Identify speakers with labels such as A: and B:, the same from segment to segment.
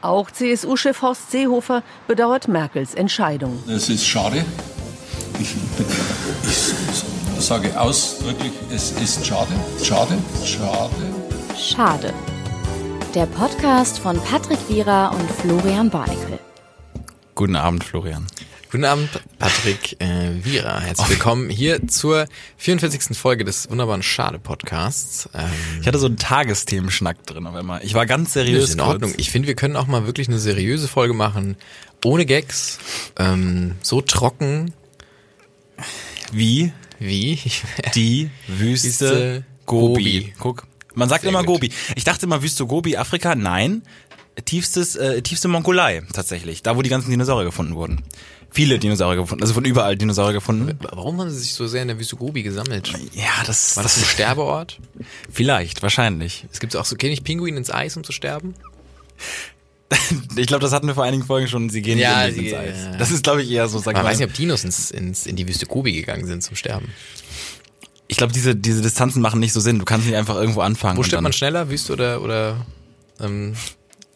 A: Auch CSU-Chef Horst Seehofer bedauert Merkels Entscheidung.
B: Es ist schade. Ich, ich sage ausdrücklich, es ist schade. Schade, schade.
C: Schade. Der Podcast von Patrick Wierer und Florian Barnikel.
D: Guten Abend, Florian.
E: Guten Abend, Patrick äh, Wierer.
D: Oh.
E: Herzlich willkommen hier zur 44. Folge des wunderbaren Schade-Podcasts. Ähm,
D: Ich hatte so einen Tagesthemenschnack drin auf einmal. Ich war ganz
E: das
D: seriös.
E: ist in
D: kurz.
E: Ordnung. Ich finde, wir können auch mal wirklich eine seriöse Folge machen, ohne Gags, ähm, so trocken
D: Wie
E: wie
D: die
E: Wüste
D: Wüste Gobi.
E: Gobi.
D: Guck, man sagt
E: Sehr
D: immer
E: gut.
D: Gobi. Ich dachte immer Wüste Gobi, Afrika. Nein, tiefstes, äh, tiefste Mongolei tatsächlich. Da, wo die ganzen Dinosaurier gefunden wurden. Viele Dinosaurier gefunden, also von überall Dinosaurier gefunden.
E: Warum haben sie sich so sehr in der Wüste Gobi gesammelt?
D: Ja, das,
E: War das ein Sterbeort?
D: vielleicht, wahrscheinlich.
E: Es gibt auch so, kenne ich Pinguin ins Eis, um zu sterben?
D: Ich glaube, das hatten wir vor einigen Folgen schon. Sie gehen
E: Ja,
D: nicht
E: sie-
D: ins Eis.
E: ja.
D: Das ist, glaube ich, eher so. Sag
E: Man
D: mal.
E: weiß nicht, ob Dinos ins, ins, in die Wüste Gobi gegangen sind zum Sterben.
D: ich glaube, diese diese Distanzen machen nicht so Sinn. Du kannst nicht einfach irgendwo anfangen.
E: Wo
D: und
E: stirbt
D: dann-
E: man schneller, Wüste oder, oder ähm,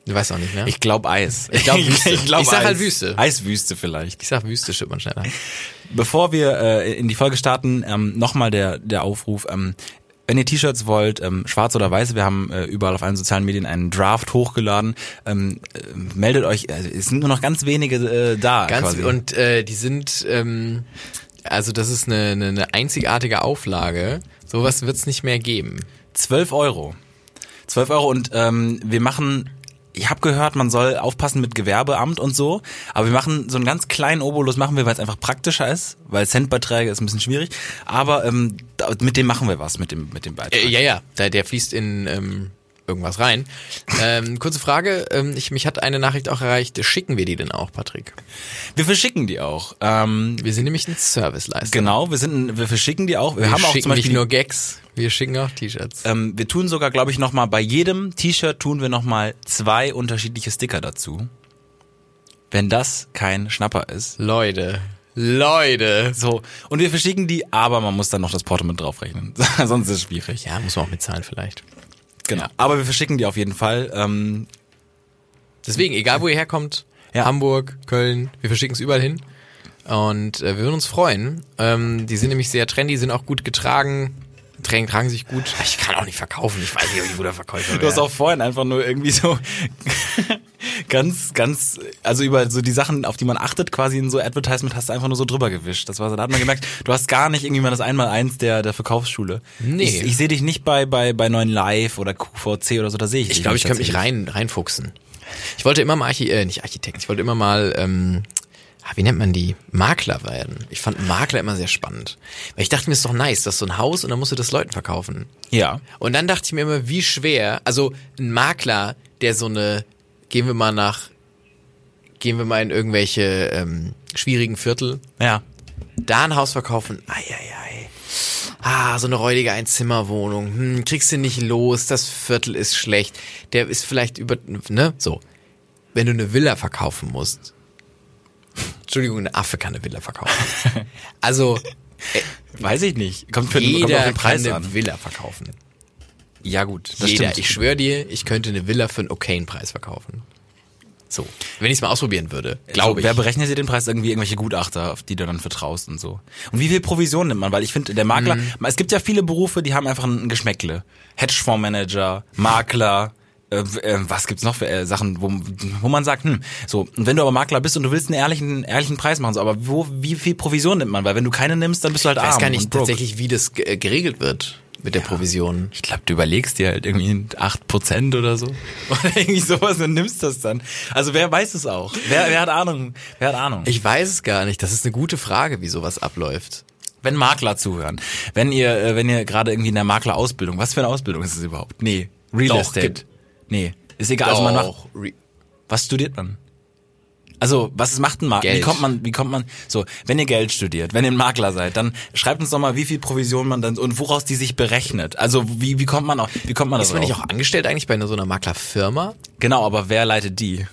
E: du weißt auch nicht, ne?
D: Ich glaube Eis. Ich
E: glaub, Wüste.
D: ich, glaub,
E: Ich sag
D: Eis.
E: halt Wüste.
D: Eiswüste vielleicht.
E: Ich sag Wüste stirbt man schneller.
D: Bevor wir äh, in die Folge starten, ähm, nochmal der, der Aufruf. Ähm, wenn ihr T-Shirts wollt, ähm, schwarz oder weiß, wir haben äh, überall auf allen sozialen Medien einen Draft hochgeladen. Ähm, äh, meldet euch, also es sind nur noch ganz wenige äh, da.
E: Ganz
D: quasi.
E: und äh, die sind, ähm, also das ist eine, eine, eine einzigartige Auflage. Sowas wird's nicht mehr geben.
D: 12 Euro. 12 Euro und ähm, wir machen, ich habe gehört, man soll aufpassen mit Gewerbeamt und so, aber wir machen so einen ganz kleinen Obolus, machen wir, weil es einfach praktischer ist, weil Centbeiträge ist ein bisschen schwierig, aber ähm, da, mit dem machen wir was, mit dem, mit dem Beitrag.
E: Äh, ja, ja, der, der fließt in ähm, irgendwas rein. Ähm, kurze Frage, ähm, ich, mich hat eine Nachricht auch erreicht, schicken wir die denn auch, Patrick?
D: Wir verschicken die auch. Ähm,
E: Wir sind nämlich ein Serviceleister.
D: genau, wir sind, ein- wir verschicken die auch. Wir,
E: Wir
D: haben auch
E: schicken
D: zum Beispiel,
E: nicht nur Gags, wir schicken auch T-Shirts.
D: ähm, wir tun sogar, glaube ich, nochmal bei jedem T-Shirt tun wir nochmal zwei unterschiedliche Sticker dazu. Wenn das kein Schnapper ist.
E: Leute, Leute.
D: So, und wir verschicken die, aber man muss dann noch das Porto mit draufrechnen. Sonst ist es schwierig.
E: Ja, muss man auch mitzahlen vielleicht.
D: Genau. Aber wir verschicken die auf jeden Fall. Ähm,
E: Deswegen, egal wo ihr herkommt,
D: Ja.
E: Hamburg, Köln, wir verschicken es überall hin. Und äh, wir würden uns freuen. Ähm, die sind nämlich sehr trendy, sind auch gut getragen, tragen, tragen sich gut. Ich kann auch nicht verkaufen, ich weiß nicht, ob ich ein guter Verkäufer
D: du hast auch vorhin einfach nur irgendwie so ganz, ganz, also über so die Sachen, auf die man achtet, quasi in so Advertisement hast du einfach nur so drüber gewischt. Das war so, da hat man gemerkt, du hast gar nicht irgendwie mal das Einmaleins der, der Verkaufsschule.
E: Nee.
D: Ich, ich sehe dich nicht bei, bei, bei neuen Live oder QVC oder so, da sehe ich dich
E: Ich glaube, ich
D: nicht
E: könnte mich
D: tatsächlich.
E: rein, reinfuchsen. Ich wollte immer mal Archi äh, nicht Architekt, ich wollte immer mal, ähm, ah, wie nennt man die? Makler werden. Ich fand Makler immer sehr spannend. Weil ich dachte mir, ist doch nice, das ist so ein Haus und dann musst du das Leuten verkaufen.
D: Ja.
E: Und dann dachte ich mir immer, wie schwer, also ein Makler, der so eine, gehen wir mal nach, gehen wir mal in irgendwelche ähm, schwierigen Viertel,
D: Ja.
E: da ein Haus verkaufen, ei, ei, ei. Ah, so eine räudige Einzimmerwohnung, hm, kriegst du nicht los, das Viertel ist schlecht, der ist vielleicht über, ne, so. Wenn du eine Villa verkaufen musst, Entschuldigung, ein Affe kann eine Villa verkaufen. Also,
D: Weiß ich nicht. Kommt für den, kommt auf
E: jeder
D: den
E: kann
D: Preis
E: eine
D: an.
E: Villa verkaufen.
D: Ja gut,
E: Jeder, ich schwöre dir, ich könnte eine Villa für einen okayen Preis verkaufen. So, wenn ich es mal ausprobieren würde, glaube
D: so, Also, Wer
E: ich.
D: berechnet dir den Preis? Irgendwie irgendwelche Gutachter, auf die du dann vertraust und so. Und wie viel Provision nimmt man? Weil ich finde, der Makler,
E: Mhm.
D: es gibt ja viele Berufe, die haben einfach ein Geschmäckle. Hedgefondsmanager, Makler, äh, äh, was gibt's noch für äh, Sachen, wo, wo man sagt, hm, so, und wenn du aber Makler bist und du willst einen ehrlichen, ehrlichen Preis machen, so, aber wo, wie viel Provision nimmt man? Weil wenn du keine nimmst, dann bist du halt
E: Ich
D: arm.
E: weiß gar
D: und
E: nicht
D: broke.
E: tatsächlich, wie das ge- äh, geregelt wird mit der Provision.
D: Ich glaube, du überlegst dir halt irgendwie 8% oder so. Oder irgendwie sowas und nimmst das dann. Also wer weiß es auch? Wer, wer hat Ahnung? Wer hat Ahnung?
E: Ich weiß es gar nicht. Das ist eine gute Frage, wie sowas abläuft.
D: Wenn Makler zuhören, wenn ihr, äh, wenn ihr gerade irgendwie in der Maklerausbildung, was für eine Ausbildung ist es überhaupt? Nee, Real
E: Doch,
D: Estate.
E: gibt-
D: Nee, ist egal. Also man macht,
E: Doch, re-
D: was studiert man? Also, was macht ein Makler? Wie
E: Geld.
D: kommt man, wie kommt man, so, wenn ihr Geld studiert, wenn ihr ein Makler seid, dann schreibt uns doch mal, wie viel Provision man dann, und woraus die sich berechnet. Also, wie, wie kommt man auf, wie kommt man
E: ist
D: das
E: man nicht
D: auf?
E: auch angestellt eigentlich bei einer- so einer Maklerfirma?
D: Genau, aber wer leitet die?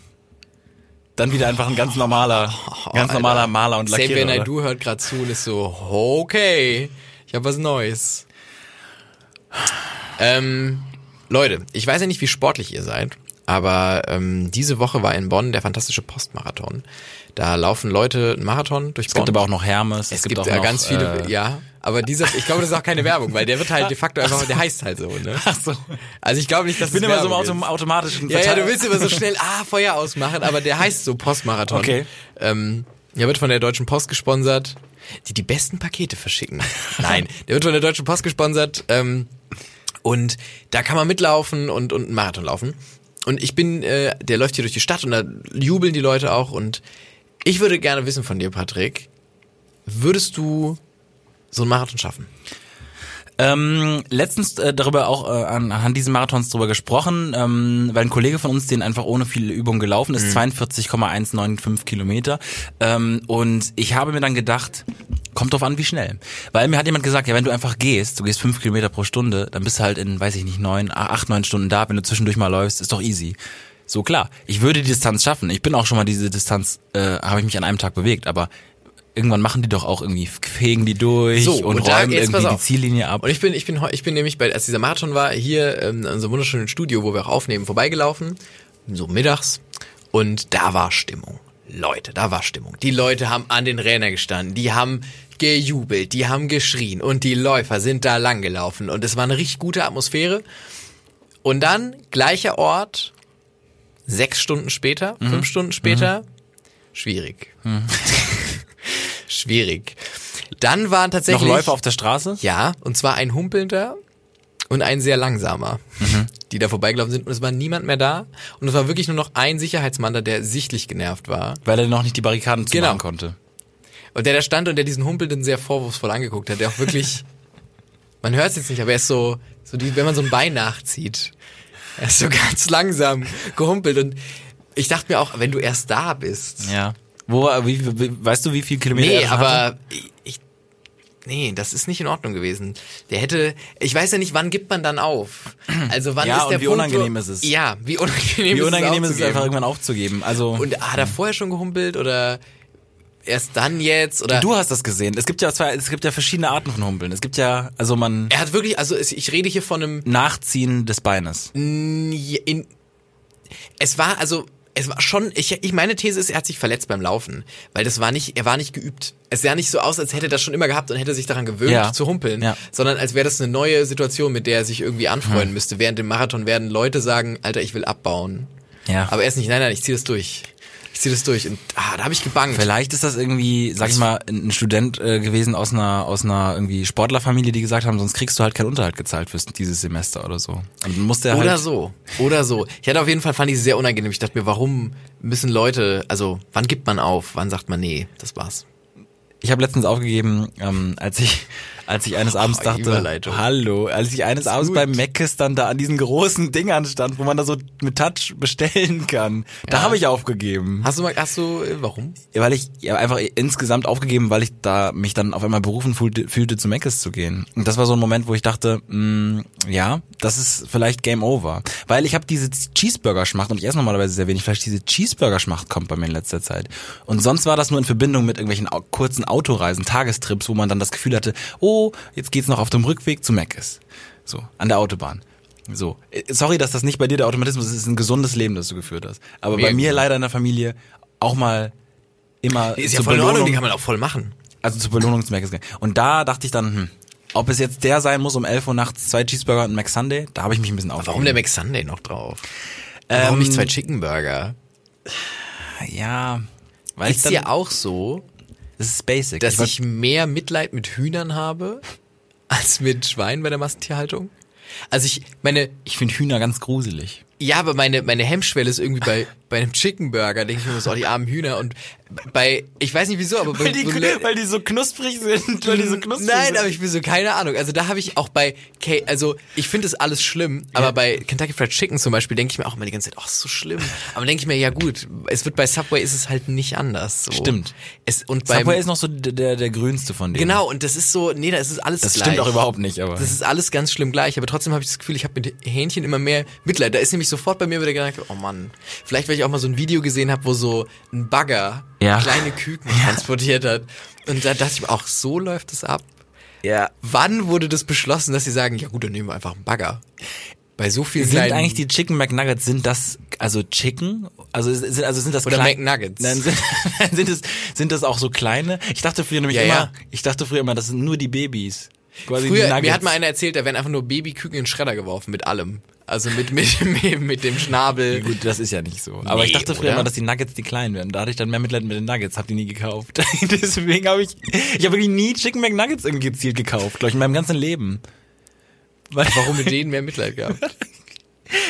D: Dann wieder einfach ein ganz normaler, ganz
E: Oh, Alter.
D: normaler Maler und
E: Save
D: Lackierer.
E: When I
D: oder?
E: Do hört gerade zu und ist so, okay, ich habe was Neues. Ähm, Leute, ich weiß ja nicht, wie sportlich ihr seid, Aber ähm, diese Woche war in Bonn der fantastische Postmarathon. Da laufen Leute einen Marathon durch
D: Es
E: Bonn.
D: gibt aber auch noch Hermes.
E: es gibt, ja
D: noch,
E: ganz viele,
D: äh,
E: ja. Aber dieser, ich glaube, das ist auch keine Werbung, weil der wird halt de facto einfach, der heißt halt so, ne?
D: Ach so.
E: Also ich glaube nicht, dass
D: Ich bin
E: es
D: immer so im
E: Werbung ist.
D: Auto automatischen
E: Ja, ja,
D: Verteil-
E: du willst immer so schnell, ah, Feuer ausmachen, aber der heißt so Postmarathon.
D: Okay.
E: Ähm, der wird von der Deutschen Post gesponsert, die die besten Pakete verschicken. Nein, der wird von der Deutschen Post gesponsert ähm, und da kann man mitlaufen und, und einen Marathon laufen. Und ich bin, äh, der läuft hier durch die Stadt und da jubeln die Leute auch und ich würde gerne wissen von dir, Patrick, würdest du so einen Marathon schaffen?
D: Ähm, letztens äh, darüber auch äh, an- anhand diesen Marathons drüber gesprochen, ähm, weil ein Kollege von uns den einfach ohne viel Übung gelaufen
E: Mhm.
D: ist, 42,195 Kilometer. Ähm, und ich habe mir dann gedacht, kommt drauf an, wie schnell. Weil mir hat jemand gesagt, ja, wenn du einfach gehst, du gehst fünf Kilometer pro Stunde, dann bist du halt in, weiß ich nicht, neun, a- acht, neun Stunden da, wenn du zwischendurch mal läufst, ist doch easy. So klar, ich würde die Distanz schaffen. Ich bin auch schon mal diese Distanz, äh, habe ich mich an einem Tag bewegt, aber irgendwann machen die doch auch irgendwie, fegen die durch
E: So,
D: und,
E: und da-
D: räumen
E: jetzt pass
D: irgendwie die
E: auf.
D: Ziellinie ab.
E: Und ich bin, ich bin, heu- ich bin nämlich bei, als dieser Marathon war, hier ähm, an so einem wunderschönen Studio, wo wir auch aufnehmen, vorbeigelaufen, so mittags. Und da war Stimmung. Leute, da war Stimmung. Die Leute haben an den Rädern gestanden, die haben gejubelt, die haben geschrien und die Läufer sind da lang gelaufen und es war eine richtig gute Atmosphäre. Und dann gleicher Ort, sechs Stunden später,
D: Mhm.
E: fünf Stunden später, schwierig. schwierig. Dann waren
D: Noch
E: tatsächlich
D: Läufer auf der Straße?
E: ja, und zwar ein humpelnder und ein sehr langsamer, die da vorbeigelaufen sind. Und es war niemand mehr da. Und es war wirklich nur noch ein Sicherheitsmann da, der sichtlich genervt war.
D: Weil er noch nicht die Barrikaden zumachen
E: Genau.
D: konnte.
E: Und der da stand und der diesen Humpelnden sehr vorwurfsvoll angeguckt hat, der auch wirklich, man hört es jetzt nicht, aber er ist so, so die, wenn man so ein Bein nachzieht, er ist so ganz langsam gehumpelt. Und ich dachte mir auch, wenn du erst da bist.
D: Ja. Wo, war- wie, wie, weißt du, wie viel Kilometer er
E: Nee,
D: schon hatte?
E: aber ich, ich, nee, das ist nicht in Ordnung gewesen. Der hätte, ich weiß ja nicht, wann gibt man dann auf? Also wann
D: Ja,
E: ist der
D: und wie
E: Punkt, wo-
D: unangenehm ist es?
E: Ja, wie unangenehm,
D: wie unangenehm ist es, einfach
E: aufzugeben?
D: irgendwann aufzugeben? Also
E: Und ah, hat er vorher schon gehumpelt oder erst dann jetzt oder?
D: du hast das gesehen. Es gibt ja zwei, es gibt ja verschiedene Arten von Humpeln. Es gibt ja, also man
E: er hat wirklich, also es- ich rede hier von einem
D: Nachziehen des Beines.
E: Ja, in, es war also es war schon ich, ich meine These ist er hat sich verletzt beim Laufen weil das war nicht er war nicht geübt es sah nicht so aus als hätte er das schon immer gehabt und hätte sich daran gewöhnt
D: Ja.
E: zu humpeln
D: Ja. Hm.
E: sondern als wäre das eine neue Situation mit der er sich irgendwie anfreuen müsste während dem Marathon werden Leute sagen Alter ich will abbauen
D: Ja.
E: aber er ist nicht nein nein ich ziehe das durch ich ziehe das durch und ah da habe ich gebangt
D: Vielleicht ist das irgendwie, sag ich mal, ein Student äh, gewesen aus einer aus einer irgendwie Sportlerfamilie, die gesagt haben, sonst kriegst du halt keinen Unterhalt gezahlt fürs dieses Semester oder so. Und dann musste er
E: Oder
D: halt,
E: so. Oder so. Ich hatte auf jeden Fall, fand ich sehr unangenehm. Ich dachte mir, warum müssen Leute, also wann gibt man auf? Wann sagt man, nee, das war's.
D: Ich habe letztens aufgegeben, ähm, als ich als ich eines Abends
E: Oh,
D: dachte,
E: Überleitung.
D: hallo, als ich eines Abends
E: gut.
D: beim Meckes dann da an diesen großen Dingern stand, wo man da so mit Touch bestellen kann. Da habe ich aufgegeben,
E: Hast du mal, hast du, äh, warum?
D: weil ich ja, einfach insgesamt aufgegeben, weil ich da mich dann auf einmal berufen fühlte, fühlte zu Meckes zu gehen. Und das war so ein Moment, wo ich dachte, mh, ja, das ist vielleicht Game Over, weil ich habe diese Cheeseburger Schmacht und ich esse normalerweise sehr wenig Fleisch. Diese Cheeseburger Schmacht kommt bei mir in letzter Zeit. Und sonst war das nur in Verbindung mit irgendwelchen au- kurzen Autoreisen, Tagestrips, wo man dann das Gefühl hatte, oh, jetzt geht's noch auf dem Rückweg zu Meckes. So, an der Autobahn. So, Äh, sorry, dass das nicht bei dir der Automatismus ist, es ist ein gesundes Leben, das du geführt hast. Aber
E: Mega
D: bei mir
E: gesund.
D: leider in der Familie auch mal immer
E: Ist
D: zur
E: ja voll in
D: Belohnung,
E: Ordnung, die kann man auch voll machen.
D: also zur Belohnung des Macs gegangen. Und da dachte ich dann, hm, ob es jetzt der sein muss um 11 Uhr nachts, zwei Cheeseburger und ein McSunday, da habe ich mich ein bisschen aufgeregt.
E: Warum der McSunday noch drauf? Warum nicht zwei Chicken Burger?
D: Ja, weil ich
E: Ist
D: dann,
E: ja auch so,
D: das ist basic.
E: dass
D: wollt-
E: ich mehr Mitleid mit Hühnern habe, als mit Schweinen bei der Massentierhaltung? Also ich, meine,
D: ich finde Hühner ganz gruselig.
E: ja, aber meine, meine Hemmschwelle ist irgendwie bei, bei einem Chicken Burger, denke ich mir, so, oh, die armen Hühner und bei, ich weiß nicht wieso, aber bei, bei
D: die so knusprig sind,
E: Nein, aber ich bin so, keine Ahnung. Also da habe ich auch bei, K also ich finde das alles schlimm, aber bei Kentucky Fried Chicken zum Beispiel denke ich mir auch immer die ganze Zeit, ach, ist so schlimm. Aber dann denke ich mir, ja gut, es wird bei Subway ist es halt nicht anders. So.
D: Stimmt.
E: Es, und bei,
D: Subway ist noch so der, der, der grünste von denen.
E: genau, und das ist so, nee, da ist es alles
D: Das
E: gleich.
D: stimmt auch überhaupt nicht, aber.
E: Das ist alles ganz schlimm gleich, aber trotzdem habe ich das Gefühl, ich habe mit Hähnchen immer mehr Mitleid. Da ist nämlich sofort bei mir wieder gedacht, oh Mann, vielleicht weil ich auch mal so ein Video gesehen habe, wo so ein Bagger
D: Ja.
E: kleine Küken transportiert hat. Und da dachte ich mir, auch so läuft es ab.
D: ja.
E: Wann wurde das beschlossen, dass sie sagen, ja gut, dann nehmen wir einfach einen Bagger? Bei so vielen
D: Sind
E: kleinen
D: eigentlich die Chicken McNuggets, sind das, also Chicken? Also ist- sind, also sind das
E: Oder
D: klein-
E: McNuggets.
D: Nein, sind, sind, es, sind das auch so kleine? Ich dachte früher nämlich
E: Ja,
D: immer,
E: ja.
D: ich dachte früher immer, das sind nur die Babys. Quasi die
E: Früher,
D: Nuggets.
E: mir hat mal einer erzählt, da werden einfach nur Babyküken in den Schredder geworfen mit allem. Also mit, mit, mit, mit dem Schnabel.
D: Gut, das ist ja nicht so. Aber
E: Nee,
D: ich dachte früher
E: oder?
D: immer, dass die Nuggets die kleinen werden. Da hatte ich dann mehr Mitleid mit den Nuggets, hab die nie gekauft. Deswegen habe ich, ich habe wirklich nie Chicken McNuggets irgendwie gezielt gekauft, glaube ich, in meinem ganzen Leben. Weil,
E: Warum mit denen mehr Mitleid gehabt?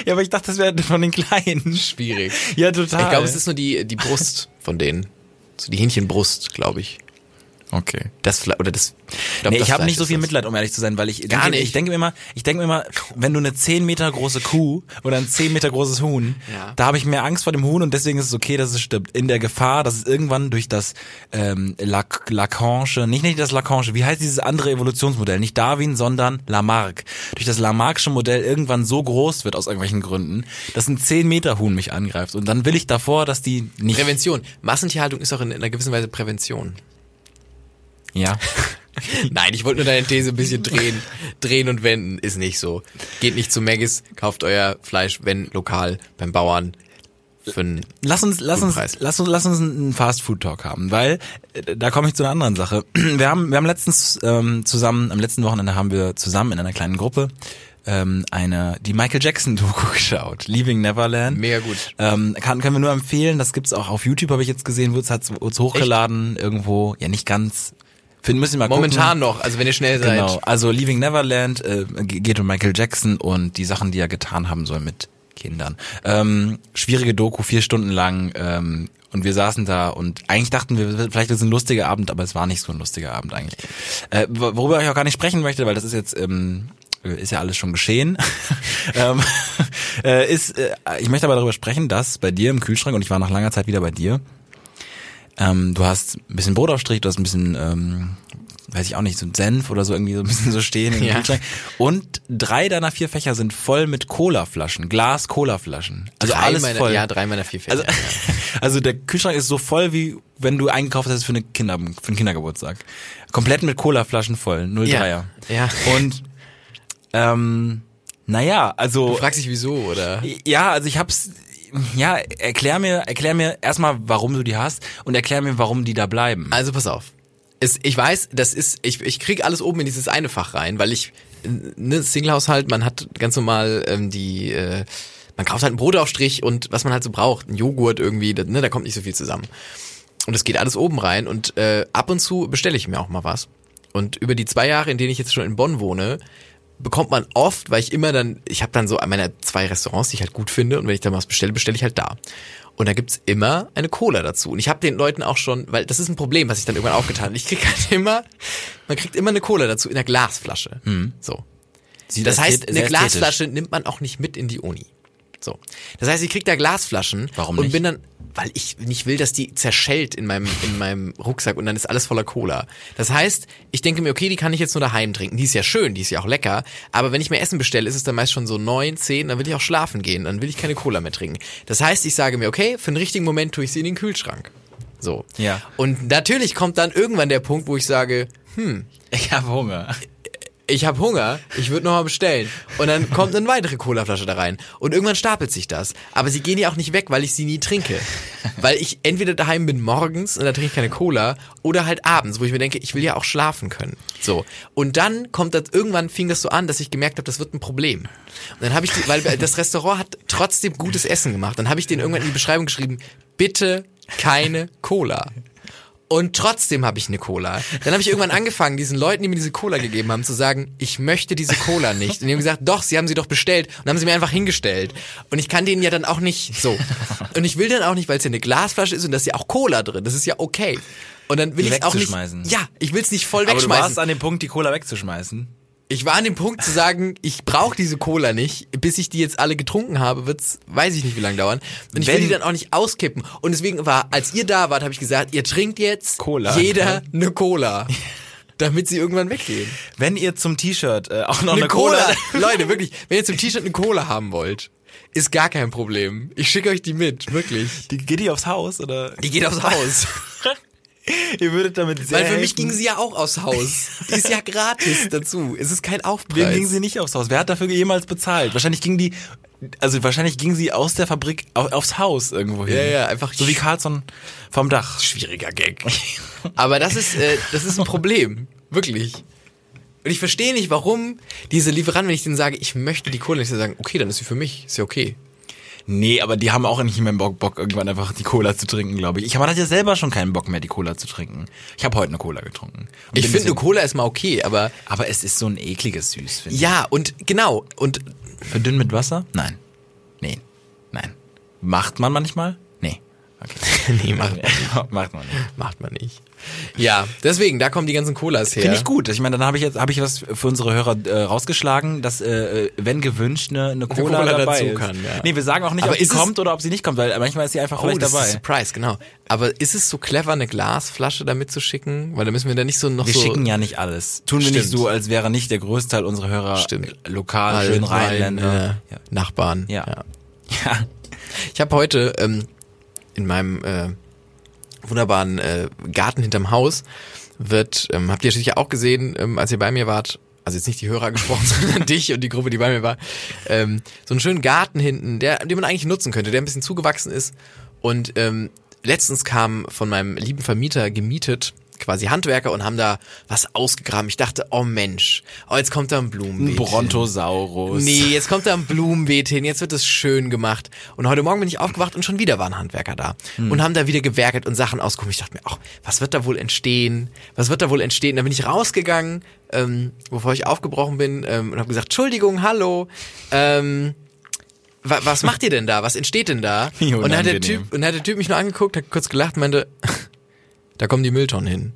D: Ja, aber ich dachte, das wäre von den Kleinen.
E: Schwierig.
D: Ja, total.
E: Ich glaube, es ist nur die, die Brust von denen. So die Hähnchenbrust, glaube ich.
D: Okay.
E: Das Fle- oder das. glaub,
D: Nee,
E: das
D: ich habe
E: Fleisch
D: nicht so
E: ist
D: viel
E: das.
D: Mitleid, um ehrlich zu sein, weil ich
E: Gar
D: denke,
E: nicht.
D: ich denke mir immer, ich denke mir immer, wenn du eine 10 Meter große Kuh oder ein 10 Meter großes Huhn,
E: Ja.
D: da habe ich mehr Angst vor dem Huhn und deswegen ist es okay, dass es stirbt. In der Gefahr, dass es irgendwann durch das ähm, Lac Lacanche, nicht nicht das Lacanche, wie heißt dieses andere Evolutionsmodell, nicht Darwin, sondern Lamarck, durch das Lamarckische Modell irgendwann so groß wird aus irgendwelchen Gründen, dass ein 10 Meter Huhn mich angreift und dann will ich davor, dass die nicht
E: Prävention. Massentierhaltung ist auch in, in einer gewissen Weise Prävention.
D: ja.
E: Nein, ich wollte nur deine These ein bisschen drehen. drehen und wenden ist nicht so. Geht nicht zu Maggis, kauft euer Fleisch, wenn lokal, beim Bauern. Für einen
D: Lass uns, lass
E: Guten
D: uns,
E: Preis.
D: lass uns, lass uns einen Fast-Food-Talk haben, weil äh, da komme ich zu einer anderen Sache. Wir haben, wir haben letztens ähm, zusammen, am letzten Wochenende haben wir zusammen in einer kleinen Gruppe ähm, eine die Michael Jackson Doku geschaut, Leaving Neverland.
E: Mega gut.
D: Ähm, kann, können wir nur empfehlen. Das gibt's auch auf YouTube, habe ich jetzt gesehen, wurde hat's wurde hochgeladen irgendwo. Ja, nicht ganz. Finden müssen wir mal gucken.
E: Momentan noch, also wenn ihr schnell seid.
D: Genau, also Leaving Neverland äh, ge- geht um Michael Jackson und die Sachen, die er getan haben soll mit Kindern. Ähm, schwierige Doku, vier Stunden lang ähm, und wir saßen da und eigentlich dachten wir, vielleicht ist es ein lustiger Abend, aber es war nicht so ein lustiger Abend eigentlich. Äh, wor- worüber ich auch gar nicht sprechen möchte, weil das ist jetzt... Ähm, äh, ist ja alles schon geschehen. ähm, äh, ist, äh, ich möchte aber darüber sprechen, dass bei dir im Kühlschrank, und ich war nach langer Zeit wieder bei dir, ähm, du hast ein bisschen Brotaufstrich, du hast ein bisschen, ähm, weiß ich auch nicht, so ein Senf oder so irgendwie so ein bisschen so stehen im
E: Ja.
D: Kühlschrank. Und drei deiner vier Fächer sind voll mit Colaflaschen, Glas-Colaflaschen. Also
E: drei
D: alles
E: meiner,
D: voll.
E: Ja, drei meiner vier Fächer.
D: also, also der Kühlschrank ist so voll, wie wenn du eingekauft hast für, eine Kinder, für einen Kindergeburtstag. Komplett mit Colaflaschen voll, 03er.
E: ja. ja.
D: Und ähm, naja, also
E: Du fragst dich wieso, oder?
D: ja, also ich hab's. Ja, erklär mir, erklär mir erstmal, warum du die hast und erklär mir, warum die da bleiben.
E: Also pass auf. Es, ich weiß, das ist, ich, ich krieg alles oben in dieses eine Fach rein, weil ich, ne, Single-Haushalt, man hat ganz normal ähm, die, äh, man kauft halt einen Brotaufstrich und was man halt so braucht, einen Joghurt irgendwie, da, ne, da kommt nicht so viel zusammen. Und es geht alles oben rein und äh, ab und zu bestelle ich mir auch mal was. Und über die zwei Jahre, in denen ich jetzt schon in Bonn wohne, bekommt man oft, weil ich immer dann, ich habe dann so meine zwei Restaurants, die ich halt gut finde und wenn ich da was bestelle, bestelle ich halt da. Und da gibt's immer eine Cola dazu. Und ich habe den Leuten auch schon, weil das ist ein Problem, was ich dann irgendwann aufgetan habe. Ich krieg halt immer, man kriegt immer eine Cola dazu in einer Glasflasche. So.
D: Sie-
E: Das heißt,
D: steht
E: eine
D: sehr ästhetisch.
E: Glasflasche nimmt man auch nicht mit in die Uni. So. Das heißt, ich krieg da Glasflaschen
D: Warum
E: und
D: nicht?
E: bin dann, weil ich nicht will, dass die zerschellt in meinem, in meinem Rucksack und dann ist alles voller Cola. Das heißt, ich denke mir, okay, die kann ich jetzt nur daheim trinken. Die ist ja schön, die ist ja auch lecker. Aber wenn ich mir Essen bestelle, ist es dann meist schon so neun, zehn, dann will ich auch schlafen gehen, dann will ich keine Cola mehr trinken. Das heißt, ich sage mir, okay, für einen richtigen Moment tue ich sie in den Kühlschrank. So.
D: Ja.
E: Und natürlich kommt dann irgendwann der Punkt, wo ich sage,
D: Ich habe Hunger.
E: ich habe Hunger, ich würde noch mal bestellen. Und dann kommt eine weitere Colaflasche da rein. Und irgendwann stapelt sich das. Aber sie gehen ja auch nicht weg, weil ich sie nie trinke. Weil ich entweder daheim bin morgens und da trinke ich keine Cola oder halt abends, wo ich mir denke, ich will ja auch schlafen können. So. Und dann kommt das, irgendwann fing das so an, dass ich gemerkt habe, das wird ein Problem. Und dann habe ich, die, weil das Restaurant hat trotzdem gutes Essen gemacht. Dann habe ich denen irgendwann in die Beschreibung geschrieben, bitte keine Cola. Und trotzdem habe ich eine Cola. Dann habe ich irgendwann angefangen, diesen Leuten, die mir diese Cola gegeben haben, zu sagen, ich möchte diese Cola nicht. Und die haben gesagt, doch, sie haben sie doch bestellt. Und haben sie mir einfach hingestellt. Und ich kann denen ja dann auch nicht so. Und ich will dann auch nicht, weil es ja eine Glasflasche ist und da ist ja auch Cola drin. Das ist ja okay. Und dann will
D: Die
E: ich auch nicht.
D: wegzuschmeißen.
E: Ja, ich will es nicht voll
D: Aber du
E: wegschmeißen.
D: warst an dem Punkt, die Cola wegzuschmeißen.
E: Ich war an dem Punkt zu sagen, ich brauche diese Cola nicht. Bis ich die jetzt alle getrunken habe, wird's, weiß ich nicht, wie lange dauern. Und ich will
D: Wenn-
E: die dann auch nicht auskippen. Und deswegen war, als ihr da wart, habe ich gesagt, ihr trinkt jetzt
D: Cola.
E: jeder eine Cola. Damit sie irgendwann weggehen.
D: Wenn ihr zum T-Shirt äh, auch noch
E: Eine,
D: eine,
E: Cola. Leute, wirklich, wenn ihr zum T-Shirt eine Cola haben wollt, ist gar kein Problem. Ich schicke euch die mit, wirklich.
D: Die, geht die aufs Haus oder?
E: Die geht aufs Haus.
D: Ihr würdet damit sehr.
E: Weil für mich
D: helfen.
E: ging sie ja auch aufs Haus. Die ist ja gratis dazu. Es ist kein
D: Wem
E: Aufpreis.
D: ging sie nicht aufs Haus? Wer hat dafür jemals bezahlt? Wahrscheinlich ging die, also wahrscheinlich ging sie aus der Fabrik au- aufs Haus irgendwo hin.
E: Ja, ja, einfach
D: So wie Carlson vom Dach.
E: schwieriger Gag. Aber das ist, äh, das ist ein Problem. Wirklich. Und ich verstehe nicht, warum diese Lieferanten, wenn ich denen sage, ich möchte die Kohle nicht, sie sagen, okay, dann ist sie für mich. Ist ja okay.
D: Nee, aber die haben auch nicht mehr Bock, Bock irgendwann einfach die Cola zu trinken, glaube ich. Ich man hat ja selber schon keinen Bock mehr, die Cola zu trinken. Ich habe heute eine Cola getrunken. Und bin
E: Ich finde, eine
D: deswegen-
E: Cola ist mal okay, aber
D: Aber es ist so ein ekliges Süß, finde
E: ja, und genau. Und
D: ich. Verdünnt mit Wasser? Nein. Nee. Nein. Macht man manchmal? Nee. Okay.
E: nee, macht,
D: Macht man nicht.
E: macht man nicht. Ja, deswegen, da kommen die ganzen Colas her.
D: Finde ich gut. Ich meine, dann habe ich jetzt habe ich was für unsere Hörer äh, rausgeschlagen, dass äh, wenn gewünscht eine, eine Cola,
E: Cola
D: dabei
E: dazu
D: ist.
E: kann, ja.
D: Nee, wir sagen auch nicht,
E: Aber
D: ob sie
E: ist es-
D: kommt oder ob sie nicht kommt, weil manchmal ist sie einfach
E: Oh,
D: vielleicht
E: das
D: dabei.
E: ist ein Surprise, genau. Aber ist es so clever, eine Glasflasche damit zu schicken? Weil da müssen wir da nicht so noch
D: wir
E: so...
D: schicken ja nicht alles. Tun wir nicht
E: Stimmt.
D: so, als wäre nicht der größte Teil unserer Hörer
E: Stimmt.
D: lokal,
E: Weil-
D: schön
E: weil,
D: Rheinländer.
E: Ah, äh, Nachbarn.
D: Ja.
E: ja.
D: ja.
E: Ich habe heute ähm, in meinem äh, wunderbaren äh, Garten hinterm Haus wird, ähm, habt ihr sicher auch gesehen, ähm, als ihr bei mir wart, also jetzt nicht die Hörer gesprochen, sondern dich und die Gruppe, die bei mir war, ähm, so einen schönen Garten hinten, der, den man eigentlich nutzen könnte, der ein bisschen zugewachsen ist. Und ähm, letztens kam von meinem lieben Vermieter gemietet quasi Handwerker und haben da was ausgegraben. Ich dachte, oh Mensch, oh jetzt kommt da ein Blumenbeet.
D: Ein
E: hin.
D: Brontosaurus.
E: Nee, jetzt kommt da ein Blumenbeet hin, jetzt wird es schön gemacht. Und heute Morgen bin ich aufgewacht und schon wieder waren Handwerker da.
D: Hm.
E: Und haben da wieder gewerkelt und Sachen ausgehoben. Ich dachte mir, ach, was wird da wohl entstehen? Was wird da wohl entstehen? Da bin ich rausgegangen, ähm, bevor ich aufgebrochen bin ähm, und habe gesagt, Entschuldigung, hallo, ähm, wa was macht ihr denn da? Was entsteht denn da?
D: Wie
E: Und dann hat der
D: unangenehm.
E: Typ, und dann hat der Typ mich nur angeguckt, hat kurz gelacht und meinte, da kommen die Mülltonnen hin.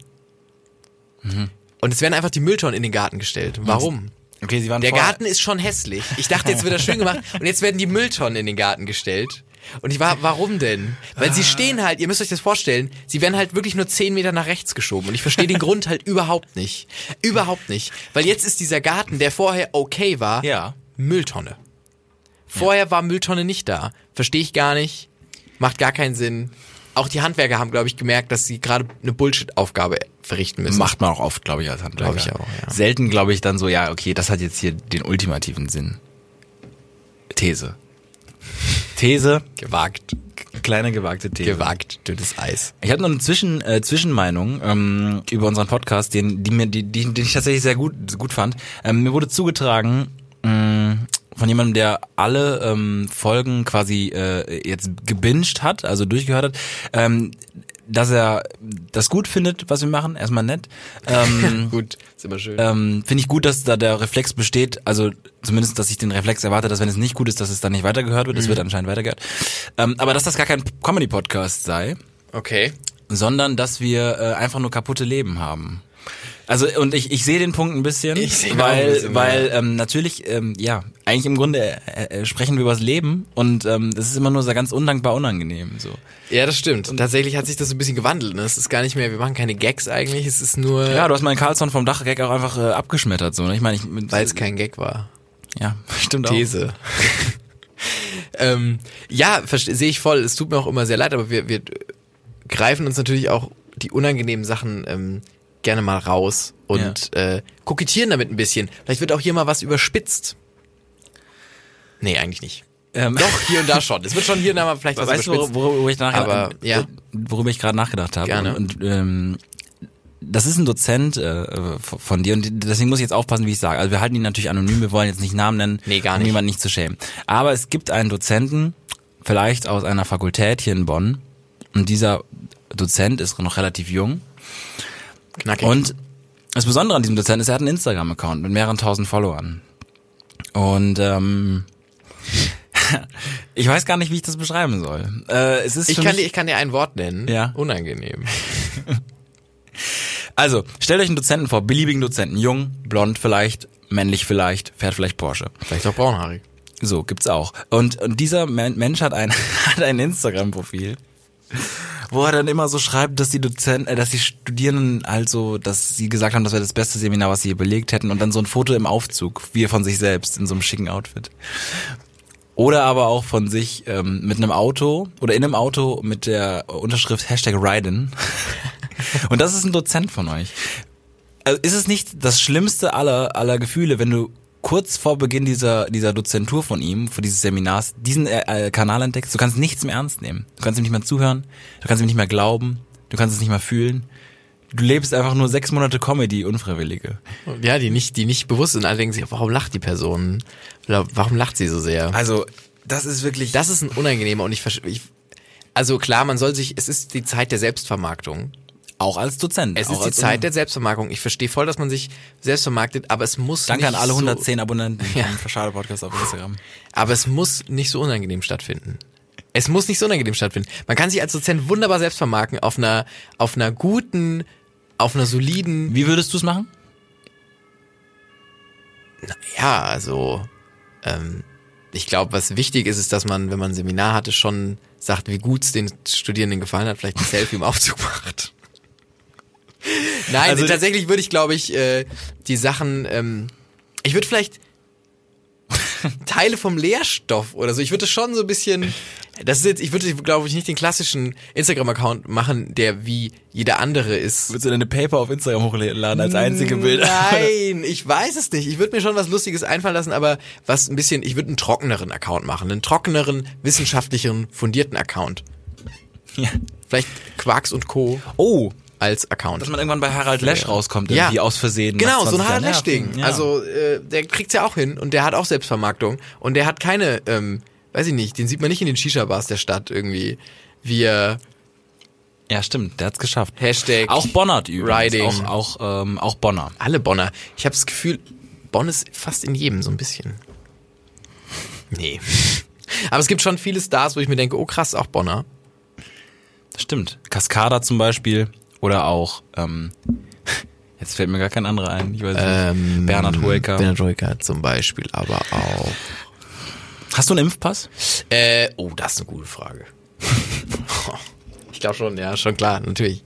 D: Mhm.
E: Und es werden einfach die Mülltonnen in den Garten gestellt. Warum?
D: Okay, sie waren
E: Der
D: vorher-
E: Garten ist schon hässlich. Ich dachte, jetzt wird er schön gemacht und jetzt werden die Mülltonnen in den Garten gestellt. Und ich war, warum denn? Weil sie stehen halt, ihr müsst euch das vorstellen, sie werden halt wirklich nur 10 Meter nach rechts geschoben. Und ich verstehe den Grund halt überhaupt nicht. Überhaupt nicht. Weil jetzt ist dieser Garten, der vorher okay war,
D: Ja.
E: Mülltonne. Vorher war Mülltonne nicht da. Verstehe ich gar nicht. Macht gar keinen Sinn. Auch die Handwerker haben, glaube ich, gemerkt, dass sie gerade eine Bullshit-Aufgabe verrichten müssen.
D: Macht man auch oft, glaube ich, als Handwerker.
E: Glaub ich auch, ja.
D: Selten, glaube ich, dann so, ja, okay, das hat jetzt hier den ultimativen Sinn. These. These,
E: Gewagt.
D: kleine gewagte These.
E: Gewagt, dünnes Eis.
D: Ich habe noch eine Zwischen, äh, Zwischenmeinung ähm, über unseren Podcast, den, die mir, die, die, den ich tatsächlich sehr gut, gut fand. Ähm, mir wurde zugetragen mh, von jemandem, der alle ähm, Folgen quasi äh, jetzt gebinged hat, also durchgehört hat, ähm, dass er das gut findet, was wir machen. Erstmal nett. Ähm,
E: Gut, ist immer schön.
D: ähm, finde ich gut, dass da der Reflex besteht. Also zumindest, dass ich den Reflex erwarte, dass wenn es nicht gut ist, dass es dann nicht weitergehört wird. Es wird anscheinend weitergehört. Ähm, aber dass das gar kein Comedy-Podcast sei,
E: Okay.
D: sondern dass wir äh, einfach nur kaputte Leben haben. Also und ich, ich sehe den Punkt ein bisschen,
E: Ich sehe ihn auch
D: weil
E: ein bisschen,
D: weil ähm, natürlich ähm, ja eigentlich im Grunde äh, äh, sprechen wir über das Leben und ähm, das ist immer nur so ganz undankbar unangenehm so.
E: Ja, das stimmt. Und tatsächlich hat sich das so ein bisschen gewandelt. Ne? Es ist gar nicht mehr, wir machen keine Gags eigentlich, es ist nur,
D: Ja, du hast meinen Carlson vom Dachgag auch einfach äh, abgeschmettert so. Ne? Ich meine, ich
E: weil es kein Gag war.
D: ja stimmt auch.
E: These. ähm, ja, verste- sehe ich voll. Es tut mir auch immer sehr leid, aber wir, wir greifen uns natürlich auch die unangenehmen Sachen ähm, gerne mal raus und äh, kokettieren damit ein bisschen. Vielleicht wird auch hier mal was überspitzt. Nee, eigentlich nicht.
D: Ähm,
E: Doch, hier und da schon. Es wird schon hier und da mal vielleicht was
D: weißt du,
E: überspitzt.
D: wor- worüber ich, nachher,
E: Aber,
D: äh,
E: ja.
D: äh, worüber ich gerade nachgedacht habe?
E: Gerne.
D: Und, ähm, das ist ein Dozent äh, von von dir und deswegen muss ich jetzt aufpassen, wie ich sage. Also wir halten ihn natürlich anonym, wir wollen jetzt nicht Namen nennen,
E: Nee, gar
D: um
E: nicht.
D: jemanden nicht zu schämen. Aber es gibt einen Dozenten, vielleicht aus einer Fakultät hier in Bonn und dieser Dozent ist noch relativ jung
E: Knackig.
D: und das Besondere an diesem Dozent ist, er hat einen Instagram-Account mit mehreren tausend Followern. Und ähm, ich weiß gar nicht, wie ich das beschreiben soll. Äh, es ist
E: ich,
D: für
E: kann dir,
D: mich,
E: ich kann dir ein Wort nennen.
D: Ja.
E: Unangenehm.
D: Also, stellt euch einen Dozenten vor, beliebigen Dozenten, jung, blond vielleicht, männlich vielleicht, fährt vielleicht Porsche.
E: Vielleicht auch braunhaarig.
D: So, gibt's auch. Und, und dieser Men- Mensch hat ein, hat ein Instagram-Profil, wo er dann immer so schreibt, dass die Dozenten, äh, dass die Studierenden halt so, dass sie gesagt haben, das wäre das beste Seminar, was sie je belegt hätten und dann so ein Foto im Aufzug, wie er von sich selbst in so einem schicken Outfit. Oder aber auch von sich ähm, mit einem Auto oder in einem Auto mit der Unterschrift Hashtag Ryden. Und das ist ein Dozent von euch. Also ist es nicht das Schlimmste aller, aller Gefühle, wenn du kurz vor Beginn dieser, dieser Dozentur von ihm, vor dieses Seminars, diesen äh, äh, Kanal entdeckst? Du kannst nichts mehr ernst nehmen. Du kannst ihm nicht mehr zuhören, du kannst ihm nicht mehr glauben, du kannst es nicht mehr fühlen. Du lebst einfach nur sechs Monate Comedy, unfreiwillige.
E: Ja, die nicht, die nicht bewusst sind. Alle denken sich, warum lacht die Person? Oder warum lacht sie so sehr?
D: Also, das ist wirklich...
E: Das ist ein unangenehmer und ich, versch- ich also klar, man soll sich, es ist die Zeit der Selbstvermarktung.
D: auch als Dozent.
E: Es
D: auch
E: ist die
D: als
E: Zeit der Selbstvermarktung. Ich verstehe voll, dass man sich selbst vermarktet, aber es muss
D: Danke an
E: nicht
D: alle
E: so,
D: 110 Abonnenten ja. vom Verschade Podcast auf Instagram.
E: aber es muss nicht so unangenehm stattfinden. Es muss nicht so unangenehm stattfinden. Man kann sich als Dozent wunderbar selbst vermarkten auf einer auf einer guten, auf einer soliden,
D: Wie würdest du es machen?
E: ja, also ähm, ich glaube, was wichtig ist, ist, dass man, wenn man ein Seminar hatte, schon sagt, wie gut es den Studierenden gefallen hat, vielleicht ein Selfie im Aufzug macht. Nein,
D: Also-
E: tatsächlich würde ich, glaube ich, äh, die Sachen, ähm, ich würde vielleicht Teile vom Lehrstoff oder so, ich würde schon so ein bisschen, das ist jetzt, ich würde, glaube ich, nicht den klassischen Instagram-Account machen, der wie jeder andere ist.
D: Würdest du deine Paper auf Instagram hochladen als einzige Bilder?
E: Mm, Nein, ich weiß es nicht. Ich würde mir schon was Lustiges einfallen lassen, aber was ein bisschen, ich würde einen trockeneren Account machen, einen trockeneren, wissenschaftlicheren, fundierten Account.
D: Ja.
E: Vielleicht Quarks und Co.
D: Oh,
E: als Account.
D: dass man irgendwann bei Harald Lesch rauskommt,
E: Ja.
D: irgendwie aus Versehen.
E: Genau,
D: nach
E: so ein
D: 20 Jahren.
E: Harald Lesch-Ding.
D: Ja.
E: Also äh, der kriegt's ja auch hin und der hat auch Selbstvermarktung und der hat keine, ähm, weiß ich nicht, den sieht man nicht in den Shisha-Bars der Stadt irgendwie. Wir
D: ja, stimmt, der hat's geschafft.
E: Hashtag
D: Auch Bonnert übrigens.
E: Riding.
D: Auch, auch, ähm, auch Bonner.
E: alle Bonner. Ich habe das Gefühl, Bonn ist fast in jedem so ein bisschen. Nee. Aber es gibt schon viele Stars, wo ich mir denke, oh krass, auch Bonner.
D: Stimmt. Cascada zum Beispiel. Oder auch, ähm, jetzt fällt mir gar kein anderer ein. Ich weiß nicht.
E: Ähm,
D: Bernhard Hoeker.
E: Bernhard Hoeker zum Beispiel, aber auch.
D: Hast du einen Impfpass?
E: Äh, oh, das ist eine gute Frage. ich glaube schon, ja, schon klar, natürlich.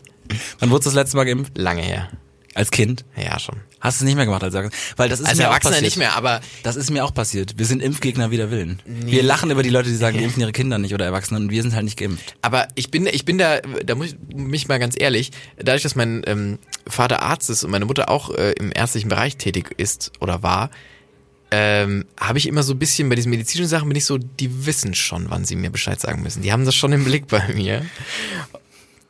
D: Wann wurdest du das letzte Mal geimpft?
E: Lange her.
D: Als Kind?
E: Ja, schon.
D: Hast du es nicht mehr gemacht als Erwachsener? Weil das ist
E: Als
D: mir auch
E: Erwachsener
D: passiert.
E: nicht mehr, aber
D: Das ist mir auch passiert. Wir sind Impfgegner wider Willen. Wir lachen über die Leute, die sagen, die impfen ihre Kinder nicht oder Erwachsenen und wir sind halt nicht geimpft.
E: Aber ich bin, ich bin da, da muss ich mich mal ganz ehrlich, dadurch, dass mein ähm, Vater Arzt ist und meine Mutter auch äh, im ärztlichen Bereich tätig ist oder war, ähm, habe ich immer so ein bisschen bei diesen medizinischen Sachen bin ich so, die wissen schon, wann sie mir Bescheid sagen müssen. Die haben das schon im Blick bei mir.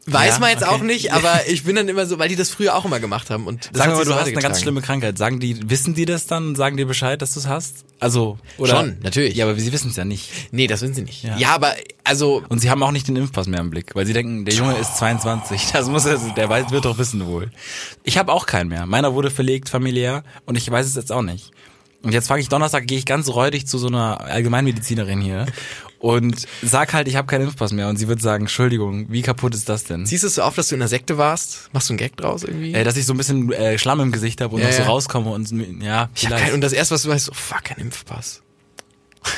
E: Weiß
D: Ja,
E: man jetzt
D: okay.
E: auch nicht, aber ich bin dann immer so, weil die das früher auch immer gemacht haben und das
D: Sagen
E: hat
D: wir mal,
E: sich
D: du
E: so
D: hast eine ganz
E: weitergetragen.
D: schlimme Krankheit. Sagen die, wissen die das dann? Sagen die Bescheid, dass du es hast? Also, oder?
E: Schon, natürlich.
D: Ja, aber sie wissen es ja nicht.
E: Nee, das wissen sie nicht.
D: Ja.
E: Ja, aber also
D: Und sie haben auch nicht den Impfpass mehr im Blick, weil sie denken, der Junge ist 22. Das muss er, der weiß, wird doch wissen wohl. Ich habe auch keinen mehr. Meiner wurde verlegt familiär und ich weiß es jetzt auch nicht. Und jetzt frage ich Donnerstag, gehe ich ganz räudig zu so einer Allgemeinmedizinerin hier und sag halt, ich habe keinen Impfpass mehr. Und sie wird sagen, Entschuldigung, wie kaputt ist das denn?
E: siehst du es so auf, dass du in einer Sekte warst? Machst du einen Gag draus irgendwie?
D: Äh, dass ich so ein bisschen äh, Schlamm im Gesicht habe und
E: Ja,
D: noch so
E: ja.
D: rauskomme und ja,
E: Ich hab
D: vielleicht.
E: kein, und das erste, was du weißt, oh fuck, kein Impfpass.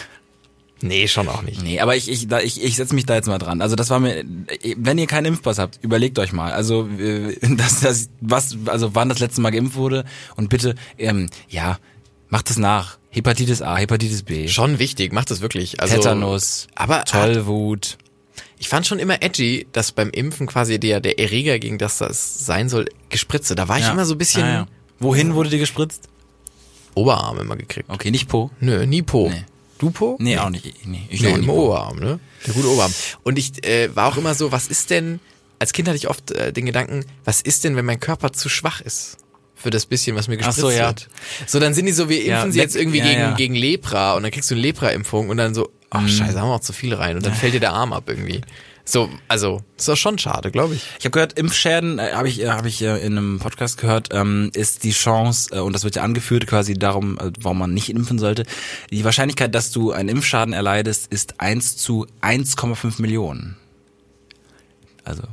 E: nee, schon auch nicht.
D: Nee, aber ich, ich, da, ich, ich setze mich da jetzt mal dran. Also das war mir, wenn ihr keinen Impfpass habt, überlegt euch mal. Also äh, das, das, was, also wann das letzte Mal geimpft wurde und bitte, ähm, ja, macht es nach. Hepatitis A, Hepatitis B,
E: Schon wichtig, macht das wirklich. Also,
D: Tetanus,
E: Aber toll.
D: Tollwut.
E: ich fand schon immer edgy, dass beim Impfen quasi der, der Erreger, gegen das das sein soll, gespritze. Da war ich
D: Ja.
E: immer so ein bisschen
D: Ah, ja. Wohin wurde dir gespritzt?
E: Oberarm immer gekriegt.
D: Okay, nicht Po.
E: Nö, nie Po.
D: Nee.
E: Du Po?
D: Nee, auch nicht. Nee, ich
E: Nee,
D: auch nicht
E: im
D: Po.
E: Oberarm, ne? Der gute Oberarm. Und ich äh, war auch immer so, was ist denn, als Kind hatte ich oft äh, den Gedanken, was ist denn, wenn mein Körper zu schwach ist? Für das bisschen, was mir
D: Ach
E: gespritzt
D: so, ja.
E: wird. So, dann sind die so, wir impfen
D: Ja,
E: sie
D: weg-
E: jetzt irgendwie
D: ja,
E: gegen,
D: ja. Mhm.
E: gegen Lepra und dann kriegst du eine Lepra-Impfung und dann so, ach scheiße, haben wir auch zu viel rein und dann fällt dir der Arm ab irgendwie. So, also, ist doch schon schade, glaube ich.
D: Ich habe gehört, Impfschäden, äh, habe ich, äh, hab ich äh, in einem Podcast gehört, ähm, ist die Chance, äh, und das wird ja angeführt quasi darum, äh, warum man nicht impfen sollte, die Wahrscheinlichkeit, dass du einen Impfschaden erleidest, ist 1 zu 1,5 Millionen. Also,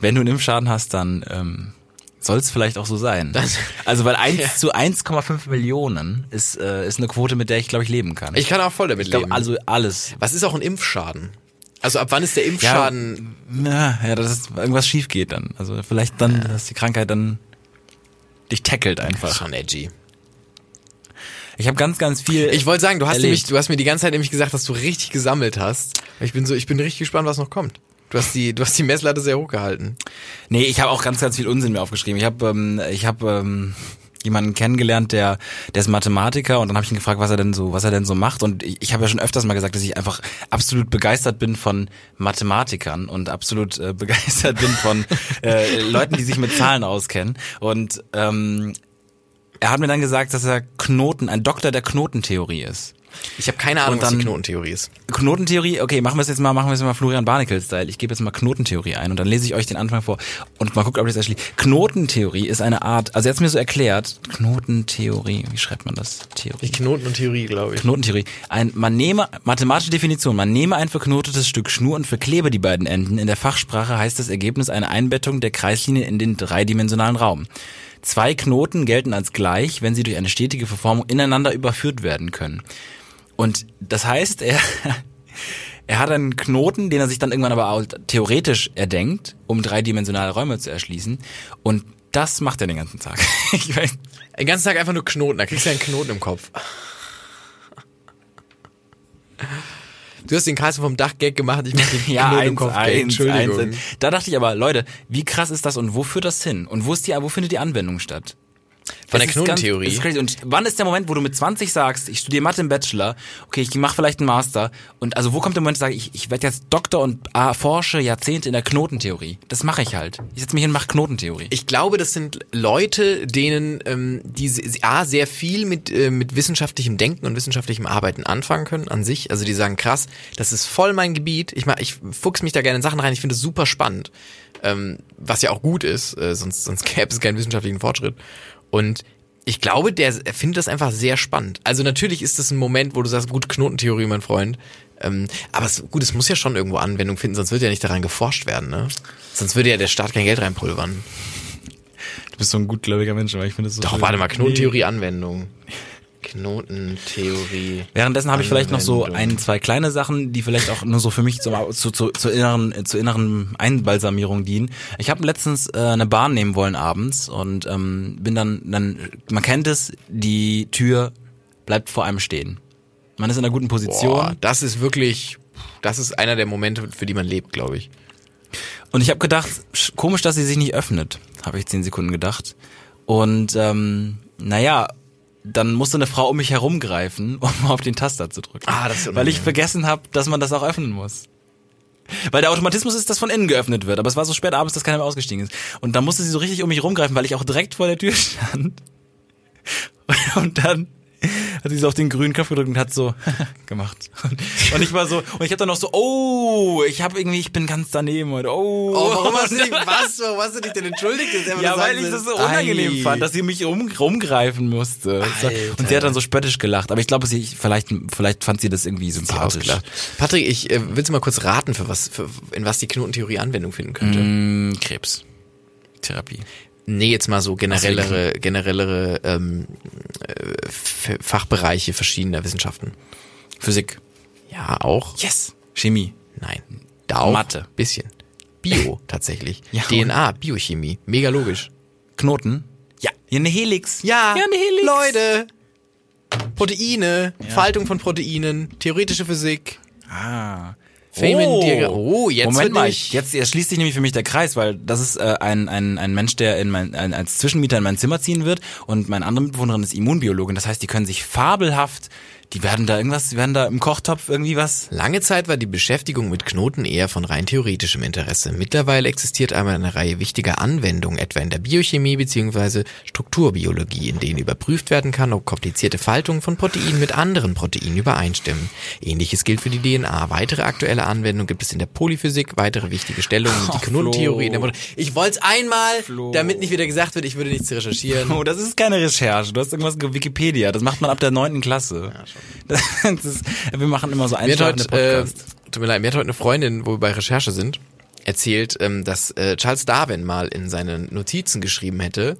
D: wenn du einen Impfschaden hast, dann ähm, soll es vielleicht auch so sein. also, weil 1 zu 1,5 Millionen ist, äh, ist eine Quote, mit der ich, glaube ich, leben kann.
E: Ich kann auch voll damit
D: Ich
E: leben.
D: glaub, also alles.
E: was ist auch ein Impfschaden? Also, ab wann ist der Impfschaden
D: Ja, ja, dass es irgendwas schief geht dann. Also vielleicht dann, dass die Krankheit dann dich tackelt einfach.
E: schon edgy?
D: Ich habe ganz, ganz viel.
E: Ich wollte sagen, du hast,
D: erlebt.
E: nämlich, du hast mir die ganze Zeit nämlich gesagt, dass du richtig gesammelt hast. Ich bin so, ich bin richtig gespannt, was noch kommt. Du hast die, du hast die Messlatte sehr hoch gehalten.
D: Nee, ich habe auch ganz, ganz viel Unsinn mir aufgeschrieben. Ich habe ähm, ich hab, ähm, jemanden kennengelernt, der, der ist Mathematiker und dann habe ich ihn gefragt, was er denn so, was er denn so macht. Und ich, ich habe ja schon öfters mal gesagt, dass ich einfach absolut begeistert bin von Mathematikern und absolut äh, begeistert bin von äh, Leuten, die sich mit Zahlen auskennen. Und ähm, er hat mir dann gesagt, dass er Knoten, ein Doktor der Knotentheorie ist.
E: Ich habe keine Ahnung,
D: Und
E: was die
D: dann-
E: Knotentheorie ist.
D: Knotentheorie, okay, machen wir es jetzt mal, machen wir es mal Florian Barnikel-Style. Ich gebe jetzt mal Knotentheorie ein und dann lese ich euch den Anfang vor und mal gucken, ob ihr das erschließt. Knotentheorie ist eine Art, also er hat's mir so erklärt, Knotentheorie, wie schreibt man das? Theorie.
E: Die Knoten und Theorie, glaube ich.
D: Knotentheorie. Ein, man nehme, mathematische Definition, man nehme ein verknotetes Stück Schnur und verklebe die beiden Enden. In der Fachsprache heißt das Ergebnis eine Einbettung der Kreislinie in den dreidimensionalen Raum. Zwei Knoten gelten als gleich, wenn sie durch eine stetige Verformung ineinander überführt werden können. Und das heißt, er, er hat einen Knoten, den er sich dann irgendwann aber auch theoretisch erdenkt, um dreidimensionale Räume zu erschließen. Und das macht er den ganzen Tag. Ich weiß,
E: Den ganzen Tag einfach nur Knoten, da kriegst du einen Knoten im Kopf. Du hast den Carsten vom Dach-Gag gemacht, ich mach den
D: Ja,
E: Knoten im
D: eins,
E: Kopf. Gag.
D: eins,
E: Entschuldigung.
D: eins. Da dachte ich aber, Leute, wie krass ist das und wo führt das hin? Und wo ist die, wo findet die Anwendung statt? Das ist
E: Von der
D: ganz-
E: Knotentheorie.
D: das ist crazy. Und wann ist der Moment, wo du mit 20 sagst, ich studiere Mathe im Bachelor, okay, ich mache vielleicht einen Master und also wo kommt der Moment, sage ich, ich werde jetzt Doktor und ah, forsche Jahrzehnte in der Knotentheorie. Das mache ich halt. Ich setze mich hin und mache Knotentheorie.
E: Ich glaube, das sind Leute, denen ähm, die se- a sehr viel mit äh, mit wissenschaftlichem Denken und wissenschaftlichem Arbeiten anfangen können an sich. Also die sagen krass, das ist voll mein Gebiet. Ich mach, ich fuchs mich da gerne in Sachen rein. Ich finde es super spannend, ähm, was ja auch gut ist. Äh, sonst sonst gäbe es keinen wissenschaftlichen Fortschritt. Und ich glaube, der s- er findet das einfach sehr spannend. Also natürlich ist das ein Moment, wo du sagst, gut Knotentheorie, mein Freund. Ähm, aber es, gut, es muss ja schon irgendwo Anwendung finden, sonst würde ja nicht daran geforscht werden, ne? Sonst würde ja der Staat kein Geld reinpulvern.
D: du bist so ein gutgläubiger Mensch, aber ich finde es so.
E: Doch, warte mal, Knotentheorie-Anwendung. Knotentheorie.
D: Währenddessen habe ich vielleicht noch so
E: Anwendung.
D: ein, zwei kleine Sachen, die vielleicht auch nur so für mich zu, zu, zu, zur inneren, äh, zur inneren Einbalsamierung dienen. Ich habe letztens äh, eine Bahn nehmen wollen abends und ähm, bin dann, dann, man kennt es, die Tür bleibt vor einem stehen. Man ist in einer guten Position.
E: Boah, das ist wirklich, das ist einer der Momente, für die man lebt, glaube ich.
D: Und ich habe gedacht, sch- komisch, dass sie sich nicht öffnet, habe ich zehn Sekunden gedacht. Und ähm, naja, dann musste eine Frau um mich herumgreifen, um auf den Taster zu drücken.
E: Ah, das ist unangenehm.
D: weil ich vergessen habe, dass man das auch öffnen muss. Weil der Automatismus ist, dass von innen geöffnet wird. Aber es war so spät abends, dass keiner mehr ausgestiegen ist. Und dann musste sie so richtig um mich rumgreifen, weil ich auch direkt vor der Tür stand. Und dann hat sie so auf den grünen Knopf gedrückt und hat so gemacht. Und ich war so, und ich habe dann noch so, oh, ich habe irgendwie, ich bin ganz daneben heute. Oh,
E: was? Warum hast du dich denn entschuldigt?
D: ja, weil ich das so unangenehm fand, dass sie mich rum, rumgreifen musste. Das war- Und sie hat dann so spöttisch gelacht. Aber ich glaube, sie vielleicht, vielleicht fand sie das irgendwie sympathisch.
E: Ausgelacht. Patrick, ich äh, willst du mal kurz raten, für was, für, in was die Knotentheorie Anwendung finden könnte?
D: Mm, Krebs. Therapie.
E: Nee, jetzt mal so generellere, generellere ähm, äh, F- Fachbereiche verschiedener Wissenschaften.
D: Physik.
E: Ja, auch.
D: Yes. Chemie.
E: Nein. Da auch.
D: Mathe.
E: Bisschen. Bio tatsächlich.
D: Ja,
E: DNA, Biochemie. Mega logisch.
D: Knoten. Ja. Ja, eine Helix. Ja, eine Helix.
E: Leute. Proteine, Faltung von Proteinen, theoretische Physik.
D: Ah.
E: Feynman-Diagramm. Oh, jetzt
D: Moment
E: wird
D: mal,
E: nicht-
D: jetzt erschließt sich nämlich für mich der Kreis, weil das ist äh, ein, ein, ein Mensch, der in mein, ein, als Zwischenmieter in mein Zimmer ziehen wird und meine andere Mitbewohnerin ist Immunbiologin. Das heißt, die können sich fabelhaft, die werden da irgendwas, die werden da im Kochtopf irgendwie was.
E: Lange Zeit war die Beschäftigung mit Knoten eher von rein theoretischem Interesse. Mittlerweile existiert aber eine Reihe wichtiger Anwendungen, etwa in der Biochemie bzw. Strukturbiologie, in denen überprüft werden kann, ob komplizierte Faltungen von Proteinen mit anderen Proteinen übereinstimmen. Ähnliches gilt für die DNA. Weitere aktuelle Anwendungen gibt es in der Polyphysik, weitere wichtige Stellungen, die Knotentheorie. In der Mod- ich wollte es einmal, damit nicht wieder gesagt wird, ich würde nichts recherchieren.
D: Oh, das ist keine Recherche. Du hast irgendwas ge- Wikipedia. Das macht man ab der neunten Klasse. Das ist, wir machen immer so
E: Mir hat
D: einschlafende
E: heute, äh,
D: Podcasts.
E: tut mir leid, mir hat heute eine Freundin, wo wir bei Recherche sind, erzählt, ähm, dass äh, Charles Darwin mal in seinen Notizen geschrieben hätte,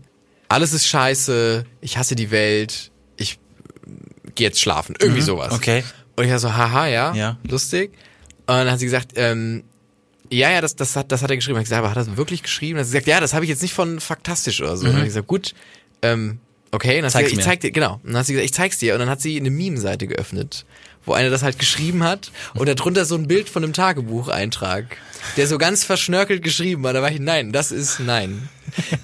E: alles ist scheiße, ich hasse die Welt, ich äh, gehe jetzt schlafen. Irgendwie sowas.
D: Mhm. okay.
E: Und ich war so, haha, ja,
D: Ja.
E: lustig. Und dann hat sie gesagt, ähm, ja, ja, das, das, hat, das hat er geschrieben. Ich gesagt, aber hat er das wirklich geschrieben? Dann hat sie gesagt, ja, das habe ich jetzt nicht von faktastisch oder so. Und dann habe ich gesagt, gut, ähm, okay. Und dann
D: Mhm.
E: hat sie
D: Zeig's
E: gesagt, ich
D: mir.
E: zeig dir, genau. Und dann hat sie gesagt, ich zeig's dir. Und dann hat sie eine Meme-Seite geöffnet, wo einer das halt geschrieben hat und darunter so ein Bild von einem Tagebucheintrag, der so ganz verschnörkelt geschrieben war. Da war ich, nein, das ist nein.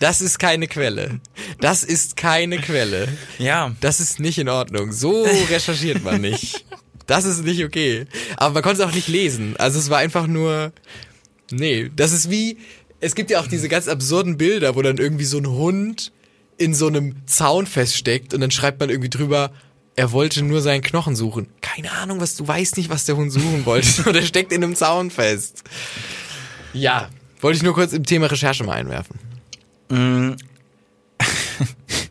E: Das ist keine Quelle. Das ist keine Quelle.
D: Ja.
E: Das ist nicht in Ordnung. So recherchiert man nicht. Das ist nicht okay. Aber man konnte es auch nicht lesen. Also es war einfach nur, nee, das ist wie, es gibt ja auch diese ganz absurden Bilder, wo dann irgendwie so ein Hund in so einem Zaun feststeckt und dann schreibt man irgendwie drüber, er wollte nur seinen Knochen suchen. Keine Ahnung, was, du weißt nicht, was der Hund suchen wollte. Oder steckt in einem Zaun fest. Ja. Wollte ich nur kurz im Thema Recherche mal einwerfen.
D: Mm.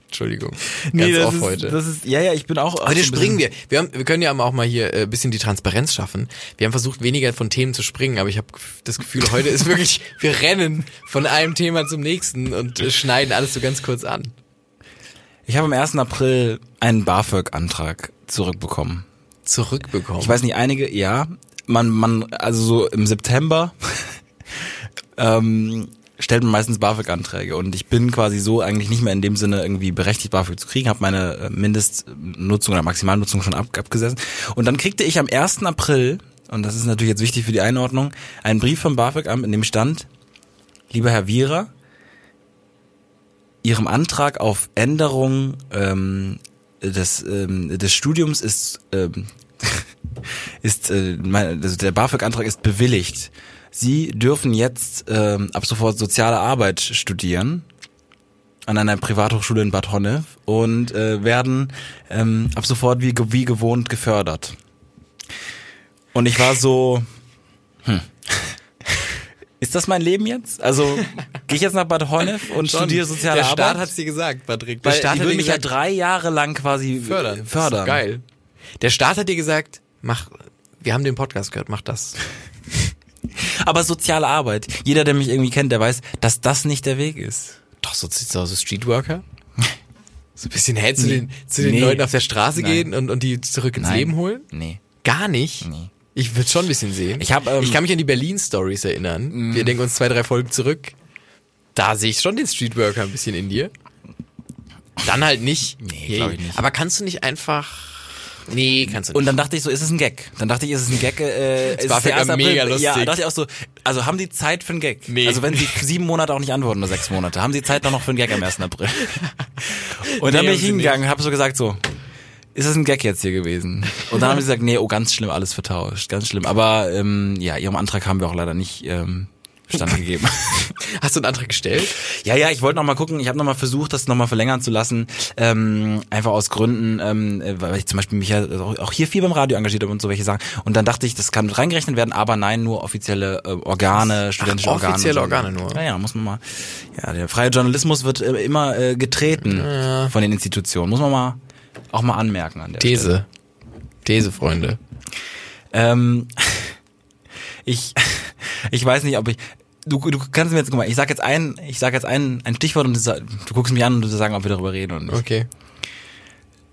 E: Entschuldigung. Ganz
D: das
E: off
D: ist,
E: heute.
D: Das ist, ja, ja, ich bin auch.
E: Heute springen wir. Wir, haben, wir können ja aber auch mal hier äh, ein bisschen die Transparenz schaffen. Wir haben versucht, weniger von Themen zu springen, aber ich habe das Gefühl, heute ist wirklich, wir rennen von einem Thema zum nächsten und äh, schneiden alles so ganz kurz an.
D: Ich habe am 1. April einen BAföG-Antrag zurückbekommen.
E: Zurückbekommen.
D: Ich weiß nicht, einige, ja. Man, man, also so im September ähm, stellt man meistens BAföG-Anträge und ich bin quasi so eigentlich nicht mehr in dem Sinne irgendwie berechtigt, BAföG zu kriegen, habe meine äh, Mindestnutzung oder Maximalnutzung schon ab, abgesessen. Und dann kriegte ich am 1. April, und das ist natürlich jetzt wichtig für die Einordnung, einen Brief vom BAföG-Amt, in dem stand, lieber Herr Wierer, Ihrem Antrag auf Änderung ähm, des, ähm, des Studiums ist ähm, ist äh, mein, also der BAföG-Antrag ist bewilligt. Sie dürfen jetzt ähm, ab sofort soziale Arbeit studieren an einer Privathochschule in Bad Honnef und äh, werden ähm, ab sofort wie, ge- wie gewohnt gefördert. Und ich war so, hm, ist das mein Leben jetzt? Also gehe ich jetzt nach Bad Honnef und
E: Schon.
D: studiere soziale
E: Der
D: Arbeit?
E: Staat hat's dir gesagt, Patrick. Der
D: Weil
E: Staat
D: ich
E: hat
D: will
E: dir
D: mich
E: gesagt,
D: ja drei Jahre lang quasi äh,
E: fördern.
D: fördern.
E: Das ist Geil. Der Staat hat dir gesagt, mach, wir haben den Podcast gehört, mach das.
D: Aber soziale Arbeit. Jeder, der mich irgendwie kennt, der weiß, dass das nicht der Weg ist.
E: Doch, so sieht's aus, so Streetworker. So ein bisschen, hä, zu den, zu den
D: Nee.
E: Leuten auf der Straße
D: Nein.
E: gehen und, und die zurück ins Leben holen?
D: Nee.
E: Gar nicht?
D: Nee.
E: Ich würde schon ein bisschen sehen.
D: Ich hab, ähm, Mm.
E: ich kann mich an die Berlin-Stories erinnern. Wir denken uns zwei, drei Folgen zurück. Da sehe ich schon den Streetworker ein bisschen in dir. Dann halt nicht.
D: Nee, glaub ich nicht.
E: Aber kannst du nicht einfach... Nee, kannst du nicht.
D: Und dann dachte ich so, ist es ein Gag? Dann dachte ich, ist es ein Gag? Äh, ist es
E: war
D: der
E: für
D: 1. April?
E: mega lustig.
D: Ja, dachte ich auch so, also haben die Zeit für einen Gag?
E: Nee.
D: Also wenn sie sieben Monate auch nicht antworten oder sechs Monate, haben sie Zeit dann noch für einen Gag am 1. April? Und dann
E: Nee,
D: bin
E: haben
D: ich
E: sie
D: hingegangen und habe so gesagt so, ist das ein Gag jetzt hier gewesen? Und dann haben sie gesagt, nee, oh, ganz schlimm, alles vertauscht, ganz schlimm. Aber ähm, ja, ihrem Antrag haben wir auch leider nicht ähm, Stand gegeben.
E: Hast du einen Antrag gestellt?
D: Ja, ja, ich wollte noch mal gucken. Ich habe noch mal versucht, das noch mal verlängern zu lassen. Ähm, einfach aus Gründen, ähm, äh, weil ich zum Beispiel mich ja auch auch hier viel beim Radio engagiert habe und so welche Sachen. Und dann dachte ich, das kann mit reingerechnet werden, aber nein, nur offizielle äh, Organe, studentische Organe. und
E: offizielle
D: so.
E: Organe nur.
D: Ja, ja, muss man mal. Ja, der freie Journalismus wird äh, immer äh, getreten von den Institutionen. Muss man mal auch mal anmerken an der Stelle.
E: These. These, Freunde.
D: Ähm, ich, ich weiß nicht, ob ich. Du, du kannst mir jetzt, guck mal, ich sag jetzt ein, ich sag jetzt ein, ein Stichwort und du, sa- du guckst mich an und du sagst, ob wir darüber reden und nicht.
E: Okay.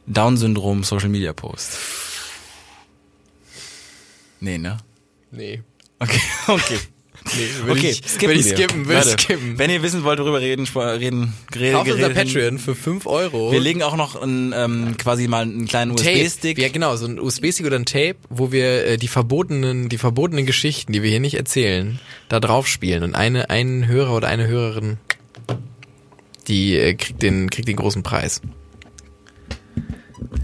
D: Down-Syndrom Social Media Post. Nee, ne?
E: Nee.
D: Okay, okay.
E: Nee, will
D: Okay,
E: ich, will ich
D: wir.
E: skippen, will ich
D: Warte,
E: skippen.
D: Wenn ihr wissen wollt, worüber reden, sp- reden, reden,
E: Kauft unser
D: reden
E: Patreon für 5 Euro.
D: Wir legen auch noch einen, ähm, quasi mal einen kleinen USB-Stick.
E: Ja, genau, so ein USB-Stick oder ein Tape, wo wir äh, die verbotenen, die verbotenen Geschichten, die wir hier nicht erzählen, da drauf spielen. Und eine, ein Hörer oder eine Hörerin, die äh, kriegt, den, kriegt den großen Preis.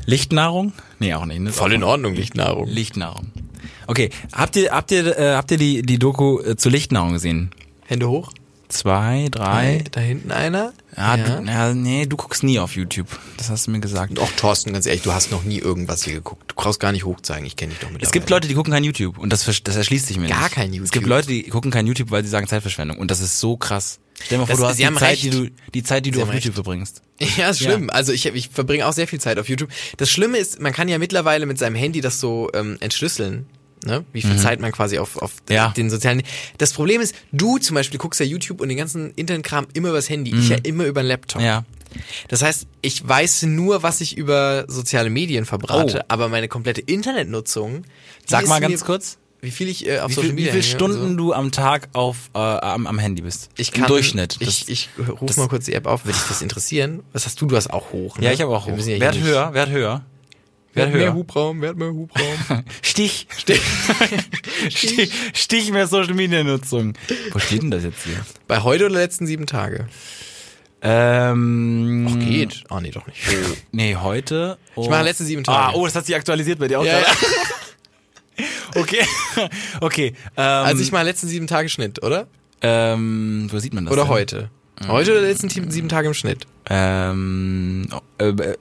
D: Lichtnahrung? Nee, auch nicht. Ne?
E: Voll in Ordnung, Lichtnahrung.
D: Lichtnahrung. Okay, habt ihr habt ihr äh, habt ihr die die Doku äh, zu Lichtnahrung gesehen?
E: Hände hoch.
D: Zwei, drei.
E: Da hinten einer.
D: Ah, Du, ja, nee, du guckst nie auf YouTube. Das hast du mir gesagt.
E: Och, Thorsten, ganz ehrlich, du hast noch nie irgendwas hier geguckt. Du brauchst gar nicht hochzeigen, ich kenne dich doch mit.
D: Es gibt Leute, die gucken kein YouTube und das, versch- das erschließt sich mir
E: Gar
D: nicht.
E: kein
D: Es
E: YouTube.
D: gibt Leute, die gucken kein YouTube, weil sie sagen Zeitverschwendung und das ist so krass. Stell dir mal vor,
E: Das-
D: du hast
E: sie
D: die
E: haben
D: Zeit,
E: recht.
D: die du die Zeit, die du
E: Sie
D: auf
E: haben
D: YouTube verbringst.
E: Ja, ist schlimm. Also ich, ich verbringe auch sehr viel Zeit auf YouTube. Das Schlimme ist, man kann ja mittlerweile mit seinem Handy das so ähm, entschlüsseln. Ne? Wie viel Zeit man quasi auf, auf
D: Mhm. Ja.
E: den sozialen. Das Problem ist, du zum Beispiel guckst ja YouTube und den ganzen Internetkram immer übers Handy. Ich ja immer über den Laptop.
D: Mhm. Ja.
E: Das heißt, ich weiß nur, was ich über soziale Medien verbrate,
D: Oh.
E: aber meine komplette Internetnutzung. die
D: Sag
E: ist
D: mal
E: mir-
D: ganz kurz,
E: Wie viel ich äh, auf
D: wie
E: Social
D: viel, wie
E: Media
D: viele
E: hänge und so.
D: Stunden du am Tag auf äh, am, am Handy bist?
E: Ich
D: Im
E: kann,
D: Durchschnitt.
E: Ich,
D: Das-
E: ich ruf mal kurz die App auf, würde dich das interessieren. Was hast du? Du hast auch hoch. Ne?
D: ja, ich habe auch
E: Wir
D: hoch.
E: müssen Ja hier
D: Wert
E: nicht-
D: höher, Wert höher.
E: Wer hat mehr
D: höher.
E: Hubraum? Wer hat mehr Hubraum?
D: Stich. Stich. Stich. Stich mehr Social Media Nutzung. Wo steht denn das jetzt hier?
E: Bei heute oder letzten sieben Tage?
D: Ähm.
E: Geht. Ah, nee, doch nicht.
D: Nee, heute. Ich
E: mache letzte sieben Tage.
D: Ah, oh, das hat sich aktualisiert bei dir auch.
E: Ja, ja.
D: gerade. Okay. okay. Ähm,
E: Also ich mal letzten sieben Tage Schnitt, oder?
D: ähm, wo sieht man das?
E: Oder
D: denn?
E: heute? Heute oder letzten sieben sieben Tage im Schnitt?
D: Ähm, oh, äh, äh,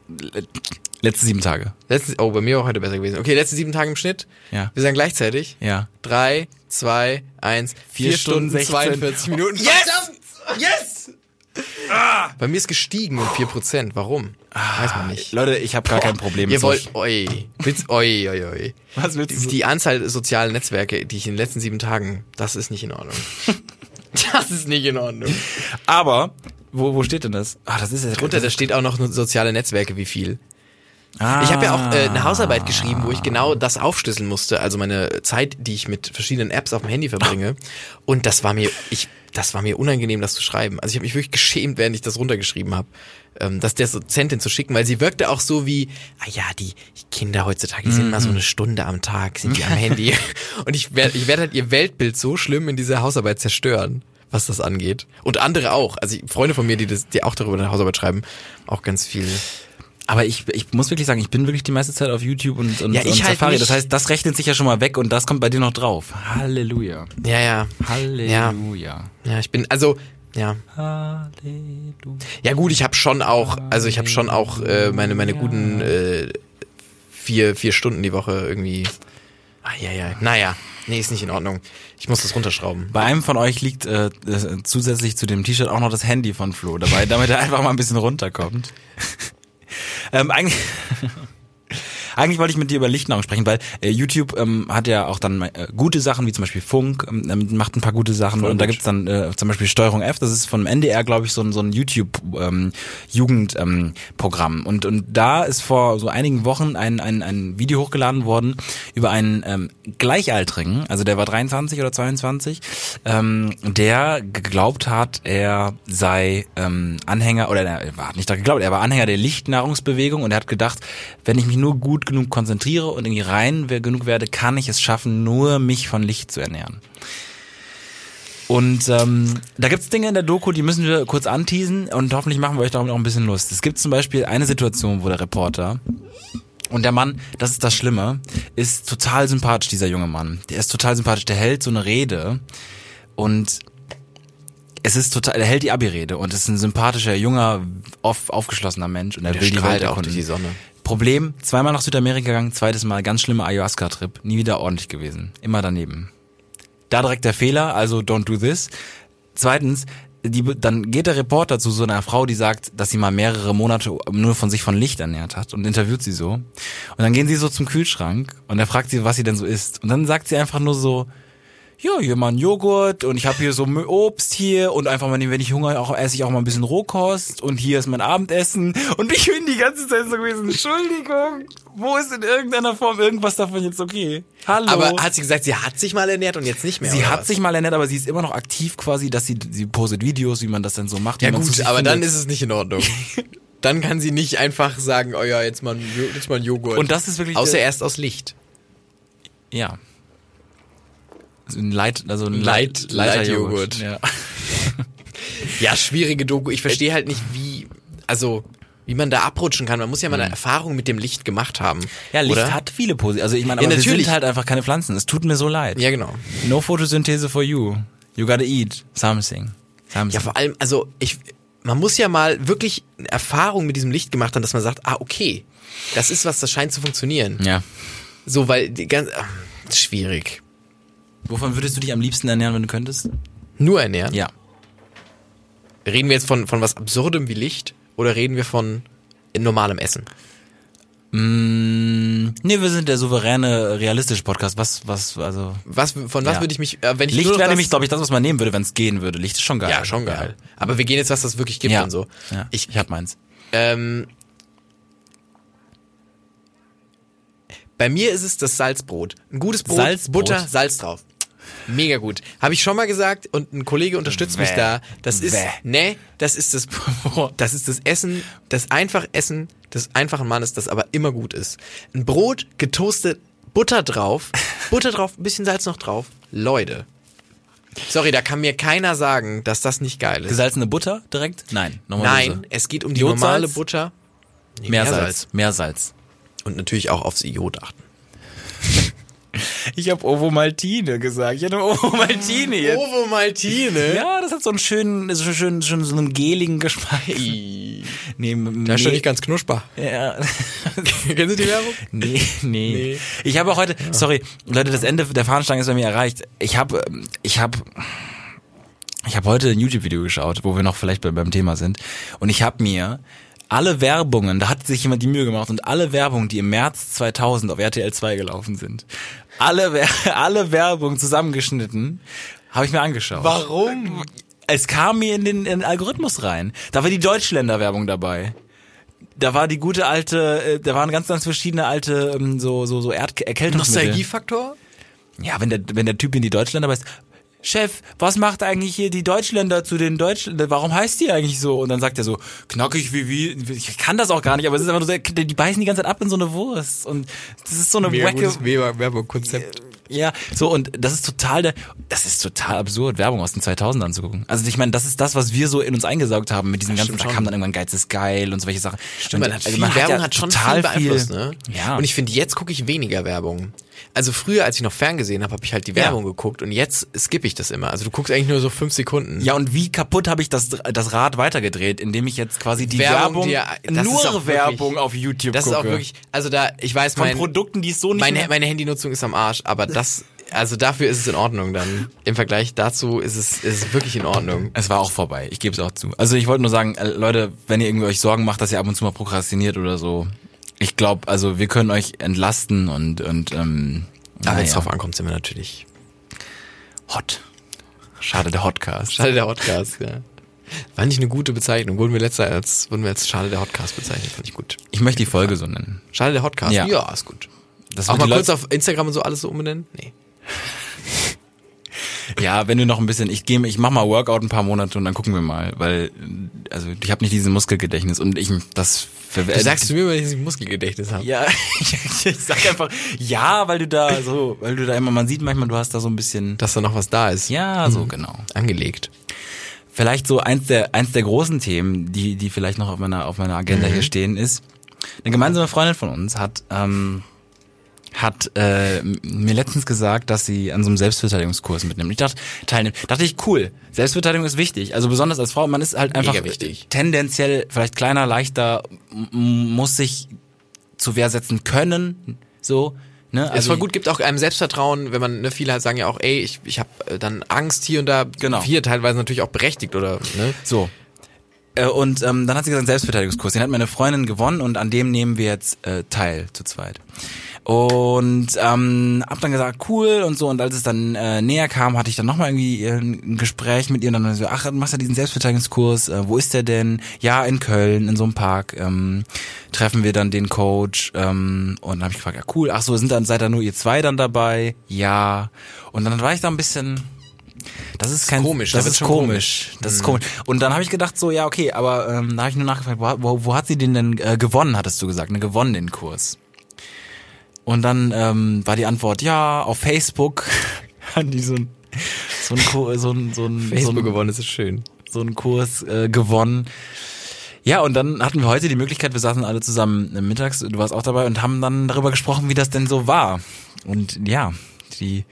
D: letzte sieben Tage.
E: Letzten, oh, bei mir auch heute besser gewesen. Okay, letzte sieben Tage im Schnitt.
D: Ja.
E: Wir sagen gleichzeitig.
D: Ja.
E: Drei, zwei, eins. Vier,
D: Stunden,
E: Stunden,
D: 16.
E: 42 Minuten. Yes! Ah! Yes! Bei mir ist gestiegen um 4%. Warum? Weiß man nicht.
D: Leute, ich habe gar kein Problem.
E: Ihr
D: mit
E: wollt,
D: Social-
E: oi, Witz, oi, oi, oi.
D: Was willst
E: Die,
D: du?
E: die Anzahl sozialer Netzwerke, die ich in den letzten sieben Tagen, das ist nicht in Ordnung. Das ist nicht in Ordnung.
D: Aber wo, wo steht denn das? Ah, das ist ja
E: Unter, da
D: das,
E: steht auch noch nur soziale Netzwerke, wie viel.
D: ah,
E: Ich habe ja auch äh, eine Hausarbeit geschrieben, wo ich genau das aufschlüsseln musste, also meine Zeit, die ich mit verschiedenen Apps auf dem Handy verbringe. Und das war mir, ich, das war mir unangenehm, das zu schreiben. Also ich habe mich wirklich geschämt, während ich das runtergeschrieben habe, ähm, das der Dozentin zu schicken, weil sie wirkte auch so wie, ah ja, die Kinder heutzutage, die sind mal
D: Mhm.
E: so eine Stunde am Tag, sind die am Handy. Und ich werde, ich werde halt ihr Weltbild so schlimm in dieser Hausarbeit zerstören. Was das angeht. Und andere auch. Also ich- Freunde von mir, die, das, die auch darüber eine Hausarbeit schreiben, auch ganz viel.
D: Aber ich, ich muss wirklich sagen, ich bin wirklich die meiste Zeit auf YouTube und, und,
E: Ja, ich
D: und
E: halt
D: Safari.
E: nicht.
D: Das heißt, das rechnet sich ja schon mal weg und das kommt bei dir noch drauf. Halleluja.
E: Ja, ja. Ja.
D: Halleluja.
E: Ja, ich bin, also, ja.
D: Halleluja.
E: Ja gut, ich habe schon auch, also ich habe schon auch äh, meine, meine guten äh, vier, vier Stunden die Woche irgendwie. Ah, ja, ja. Naja, nee, ist nicht in Ordnung. Ich muss das runterschrauben.
D: Bei einem von euch liegt äh, äh, zusätzlich zu dem T-Shirt auch noch das Handy von Flo dabei, damit er einfach mal ein bisschen runterkommt. ähm, eigentlich, eigentlich wollte ich mit dir über Lichtnahrung sprechen, weil äh, YouTube ähm, hat ja auch dann äh, gute Sachen, wie zum Beispiel Funk, ähm, macht ein paar gute Sachen und da gibt's dann äh, zum Beispiel Steuerung F, das ist vom NDR, glaube ich, so ein, so ein YouTube-Jugendprogramm. Ähm, Programm. und, und da ist vor so einigen Wochen ein, ein, ein Video hochgeladen worden über einen ähm, Gleichaltrigen, also der war 23 oder 22, ähm, der geglaubt hat, er sei ähm, Anhänger, oder er hat nicht daran geglaubt, er war Anhänger der Lichtnahrungsbewegung und er hat gedacht, wenn ich mich nur gut genug konzentriere und irgendwie rein wer- genug werde, kann ich es schaffen, nur mich von Licht zu ernähren. Und ähm, da gibt's Dinge in der Doku, die müssen wir kurz anteasen und hoffentlich machen wir euch damit auch ein bisschen Lust. Es gibt zum Beispiel eine Situation, wo der Reporter und der Mann, das ist das Schlimme, ist total sympathisch, dieser junge Mann. Der ist total sympathisch, der hält so eine Rede und es ist total, er hält die Abi-Rede und ist ein sympathischer, junger, auf, aufgeschlossener Mensch und er
E: Der
D: will die Welt
E: strahlt auch
D: erkunden.
E: durch die Sonne.
D: Problem, zweimal nach Südamerika gegangen, zweites Mal ganz schlimmer Ayahuasca-Trip, nie wieder ordentlich gewesen, immer daneben. Da direkt der Fehler, also don't do this. Zweitens, die, dann geht der Reporter zu so einer Frau, die sagt, dass sie mal mehrere Monate nur von sich von Licht ernährt hat und interviewt sie so. Und dann gehen sie so zum Kühlschrank und er fragt sie, was sie denn so isst. Und dann sagt sie einfach nur so, ja, hier mal einen Joghurt und ich habe hier so Mö- Obst hier und einfach mal, wenn ich Hunger auch esse ich auch mal ein bisschen Rohkost und hier ist mein Abendessen und ich bin die ganze Zeit so gewesen, Entschuldigung, wo ist in irgendeiner Form irgendwas davon jetzt okay? Hallo.
E: Aber hat sie gesagt, sie hat sich mal ernährt und jetzt nicht mehr?
D: Sie
E: oder
D: hat
E: was?
D: sich mal ernährt, aber sie ist immer noch aktiv quasi, dass sie, sie postet Videos, wie man das dann so macht.
E: Ja
D: wie man zu
E: gut,
D: sich
E: aber
D: findet.
E: dann ist es nicht in Ordnung. Dann kann sie nicht einfach sagen, oh ja, jetzt mal, ein Jo- jetzt mal ein Joghurt.
D: Und das ist wirklich
E: Außer
D: der-
E: erst aus Licht.
D: Ja. Also ein Light, also ein Light,
E: Light-
D: Lighter
E: Light-Joghurt.
D: Ja.
E: Ja, schwierige Doku. Ich verstehe halt nicht, wie, also, wie man da abrutschen kann. Man muss ja mal eine Erfahrung mit dem Licht gemacht haben.
D: Hm. ja, Licht
E: oder?
D: hat viele Positive. Also ich meine,
E: Ja,
D: aber wir
E: natürlich.
D: sind halt einfach keine Pflanzen. Es tut mir so leid.
E: Ja, genau.
D: No Photosynthese for you. You gotta eat something. something.
E: Ja, vor allem, also ich, man muss ja mal wirklich eine Erfahrung mit diesem Licht gemacht haben, dass man sagt, ah, okay, das ist was, das scheint zu funktionieren.
D: ja.
E: So, weil die ganz, ah, schwierig.
D: Wovon würdest du dich am liebsten ernähren, wenn du könntest?
E: Nur ernähren.
D: Ja.
E: Reden wir jetzt von, von was Absurdem wie Licht oder reden wir von normalem Essen?
D: Nee, wir sind der souveräne, realistische Podcast. Was, was, also.
E: Was, von was
D: Ja.
E: würde ich mich, äh, wenn ich
D: Licht
E: nur noch
D: wäre
E: das-
D: nämlich, glaube ich, das, was man nehmen würde, wenn es gehen würde. Licht ist schon geil.
E: ja, schon geil. Aber wir gehen jetzt, was das wirklich gibt
D: Ja.
E: und so.
D: Ja.
E: Ich,
D: Ich, ich hab meins.
E: Ähm, bei mir ist es das Salzbrot. Ein gutes Brot,
D: Salzbrot?
E: Butter, Salz drauf. Mega gut. Habe ich schon mal gesagt und ein Kollege unterstützt mich
D: Wäh.
E: da. Das ist,
D: Wäh.
E: ne, das ist das, das ist das Essen, das einfach Essen des einfachen Mannes, das aber immer gut ist. Ein Brot, getoastet, Butter drauf, Butter drauf, ein bisschen Salz noch drauf. Leute. Sorry, da kann mir keiner sagen, dass das nicht geil ist.
D: Gesalzene Butter direkt? Nein. normale
E: Nein,
D: Soße.
E: es geht um die
D: Jodsalz?
E: normale Butter. Nee,
D: Mehr Salz. Mehr Salz.
E: Und natürlich auch aufs Iod achten.
D: Ich habe Ovomaltine gesagt. Ich hätte Ovomaltine jetzt.
E: Ovo Maltine.
D: Oh. Ja, das hat so einen schönen, so schön, schön so einen geligen Geschmack. Nee,
E: Da
D: da
E: ist schon nicht ganz knusper.
D: Ja.
E: Kennen Sie die Werbung? Ah.
D: Nee, nee. Ich habe auch heute, sorry, Leute, das Ende der Fahnenstange ist bei mir erreicht. Ich habe, ähm, ich habe, ich habe heute ein YouTube-Video geschaut, wo wir noch vielleicht bei, beim Thema sind. Und ich habe mir alle Werbungen, da hat sich jemand die Mühe gemacht und alle Werbungen, die im März 2000 auf RTL 2 gelaufen sind, alle, Wer- alle Werbung zusammengeschnitten, habe ich mir angeschaut.
E: Warum?
D: Es kam mir in den, in den Algorithmus rein. Da war die Deutschländer-Werbung dabei. Da war die gute alte, äh, da waren ganz, ganz verschiedene alte ähm, so so so Erd Erkältungsmittel.
E: Nostalgiefaktor?
D: Ja, wenn der wenn der Typ in die Deutschländer heißt, Chef, was macht eigentlich hier die Deutschländer zu den Deutschländern? Warum heißt die eigentlich so? Und dann sagt er so, knackig wie wie. Ich kann das auch gar nicht, aber es ist einfach nur so, die beißen die ganze Zeit ab in so eine Wurst und das ist so eine
E: Mega
D: wacke
E: gutes Werbung-Konzept.
D: ja, so und das ist total der, das ist total absurd, Werbung aus den 2000 anzugucken. Also ich meine, das ist das, was wir so in uns eingesaugt haben mit diesen ganzen,
E: stimmt
D: da
E: schon.
D: kam dann irgendwann Geiz ist geil und also, solche Sachen. Stimmt,
E: Man hat viel, Werbung hat schon viel beeinflusst, ne?
D: Ja.
E: Und ich finde, jetzt gucke ich weniger Werbung. Also früher, als ich noch ferngesehen habe, habe ich halt die
D: Ja.
E: Werbung geguckt und jetzt skippe ich das immer. Also du guckst eigentlich nur so fünf Sekunden.
D: ja, und wie kaputt habe ich das, das Rad weitergedreht, indem ich jetzt quasi die
E: Werbung,
D: Werbung,
E: die- das ist auch
D: nur
E: wirklich-
D: Werbung auf YouTube
E: das
D: gucke.
E: ist auch wirklich, also da, ich weiß,
D: von
E: mein,
D: Produkten, die es so nicht
E: meine,
D: mehr-
E: meine Handynutzung ist am Arsch, aber das, also dafür ist es in Ordnung dann. Im Vergleich dazu ist es, ist es wirklich in Ordnung.
D: Es war auch vorbei, ich gebe es auch zu. Also ich wollte nur sagen, äh, Leute, wenn ihr irgendwie euch Sorgen macht, dass ihr ab und zu mal prokrastiniert oder so, ich glaube, also wir können euch entlasten und und ähm,
E: Aber wenn es
D: naja.
E: drauf ankommt, sind wir natürlich
D: Hot. Schade, der Hotcast.
E: Schade der Hotcast, ja. War nicht eine gute Bezeichnung. Wurden wir letzter als, wurden wir als Schade der Hotcast bezeichnet. Fand ich gut.
D: Ich möchte die Folge so nennen.
E: Schade der Hotcast.
D: Ja.
E: ist gut.
D: Das
E: Auch
D: wird
E: mal
D: die
E: kurz
D: Leute-
E: auf Instagram und so alles so umbenennen? Nee.
D: Ja, wenn du noch ein bisschen, ich gehe, ich mach mal Workout ein paar Monate und dann gucken wir mal, weil also ich habe nicht dieses Muskelgedächtnis und ich das
E: Du sagst zu mir, weil ich dieses Muskelgedächtnis habe.
D: Äh, ja, ich, ich sag einfach ja, weil du da so, weil du da immer man sieht manchmal, du hast da so ein bisschen
E: Dass da noch was da ist. Hm.
D: ja, so genau.
E: Angelegt.
D: Vielleicht so eins der eins der großen Themen, die die vielleicht noch auf meiner auf meiner Agenda
E: Mhm.
D: hier stehen ist. Eine gemeinsame Freundin von uns hat ähm, hat äh, m- mir letztens gesagt, dass sie an so einem Selbstverteidigungskurs mitnimmt. Ich dachte, teilnimmt. Dachte ich, cool. Selbstverteidigung ist wichtig. Also besonders als Frau, man ist halt einfach
E: Mega wichtig.
D: tendenziell vielleicht kleiner, leichter, m- m- muss sich zu Wehr setzen können. So. Ne?
E: Also ist voll gut, gibt auch einem Selbstvertrauen, wenn man, ne, viele halt sagen ja auch, ey, ich, ich habe dann Angst hier und da.
D: Genau.
E: Hier teilweise natürlich auch berechtigt oder, ne?
D: So. Äh, Und ähm, dann hat sie gesagt, Selbstverteidigungskurs. Den hat meine Freundin gewonnen und an dem nehmen wir jetzt äh, teil zu zweit. Und ähm, hab dann gesagt, cool und so. Und als es dann äh, näher kam, hatte ich dann nochmal irgendwie äh, ein Gespräch mit ihr. Und dann so, ach, du machst ja diesen Selbstverteidigungskurs. Äh, wo ist der denn? Ja, in Köln, in so einem Park. Ähm, treffen wir dann den Coach. Ähm, und dann habe ich gefragt, ja cool, ach so, sind dann, seid da nur ihr zwei dann dabei? Ja. Und dann war ich da ein bisschen... Das ist kein
E: komisch, Mhm. da
D: Das
E: wird's
D: ist
E: schon
D: komisch. Das ist komisch. Und dann habe ich gedacht so, ja okay, aber ähm, da habe ich nur nachgefragt, wo, wo, wo hat sie den denn äh, gewonnen? Hattest du gesagt, ne, gewonnen den Kurs. Und dann ähm, war die Antwort ja auf Facebook haben die so ein so ein Ko- so ein so ein, so
E: Facebook
D: ein,
E: gewonnen, das ist schön.
D: so einen Kurs äh, gewonnen. Ja, und dann hatten wir heute die Möglichkeit, wir saßen alle zusammen äh, mittags, du warst auch dabei und haben dann darüber gesprochen, wie das denn so war. Und ja, die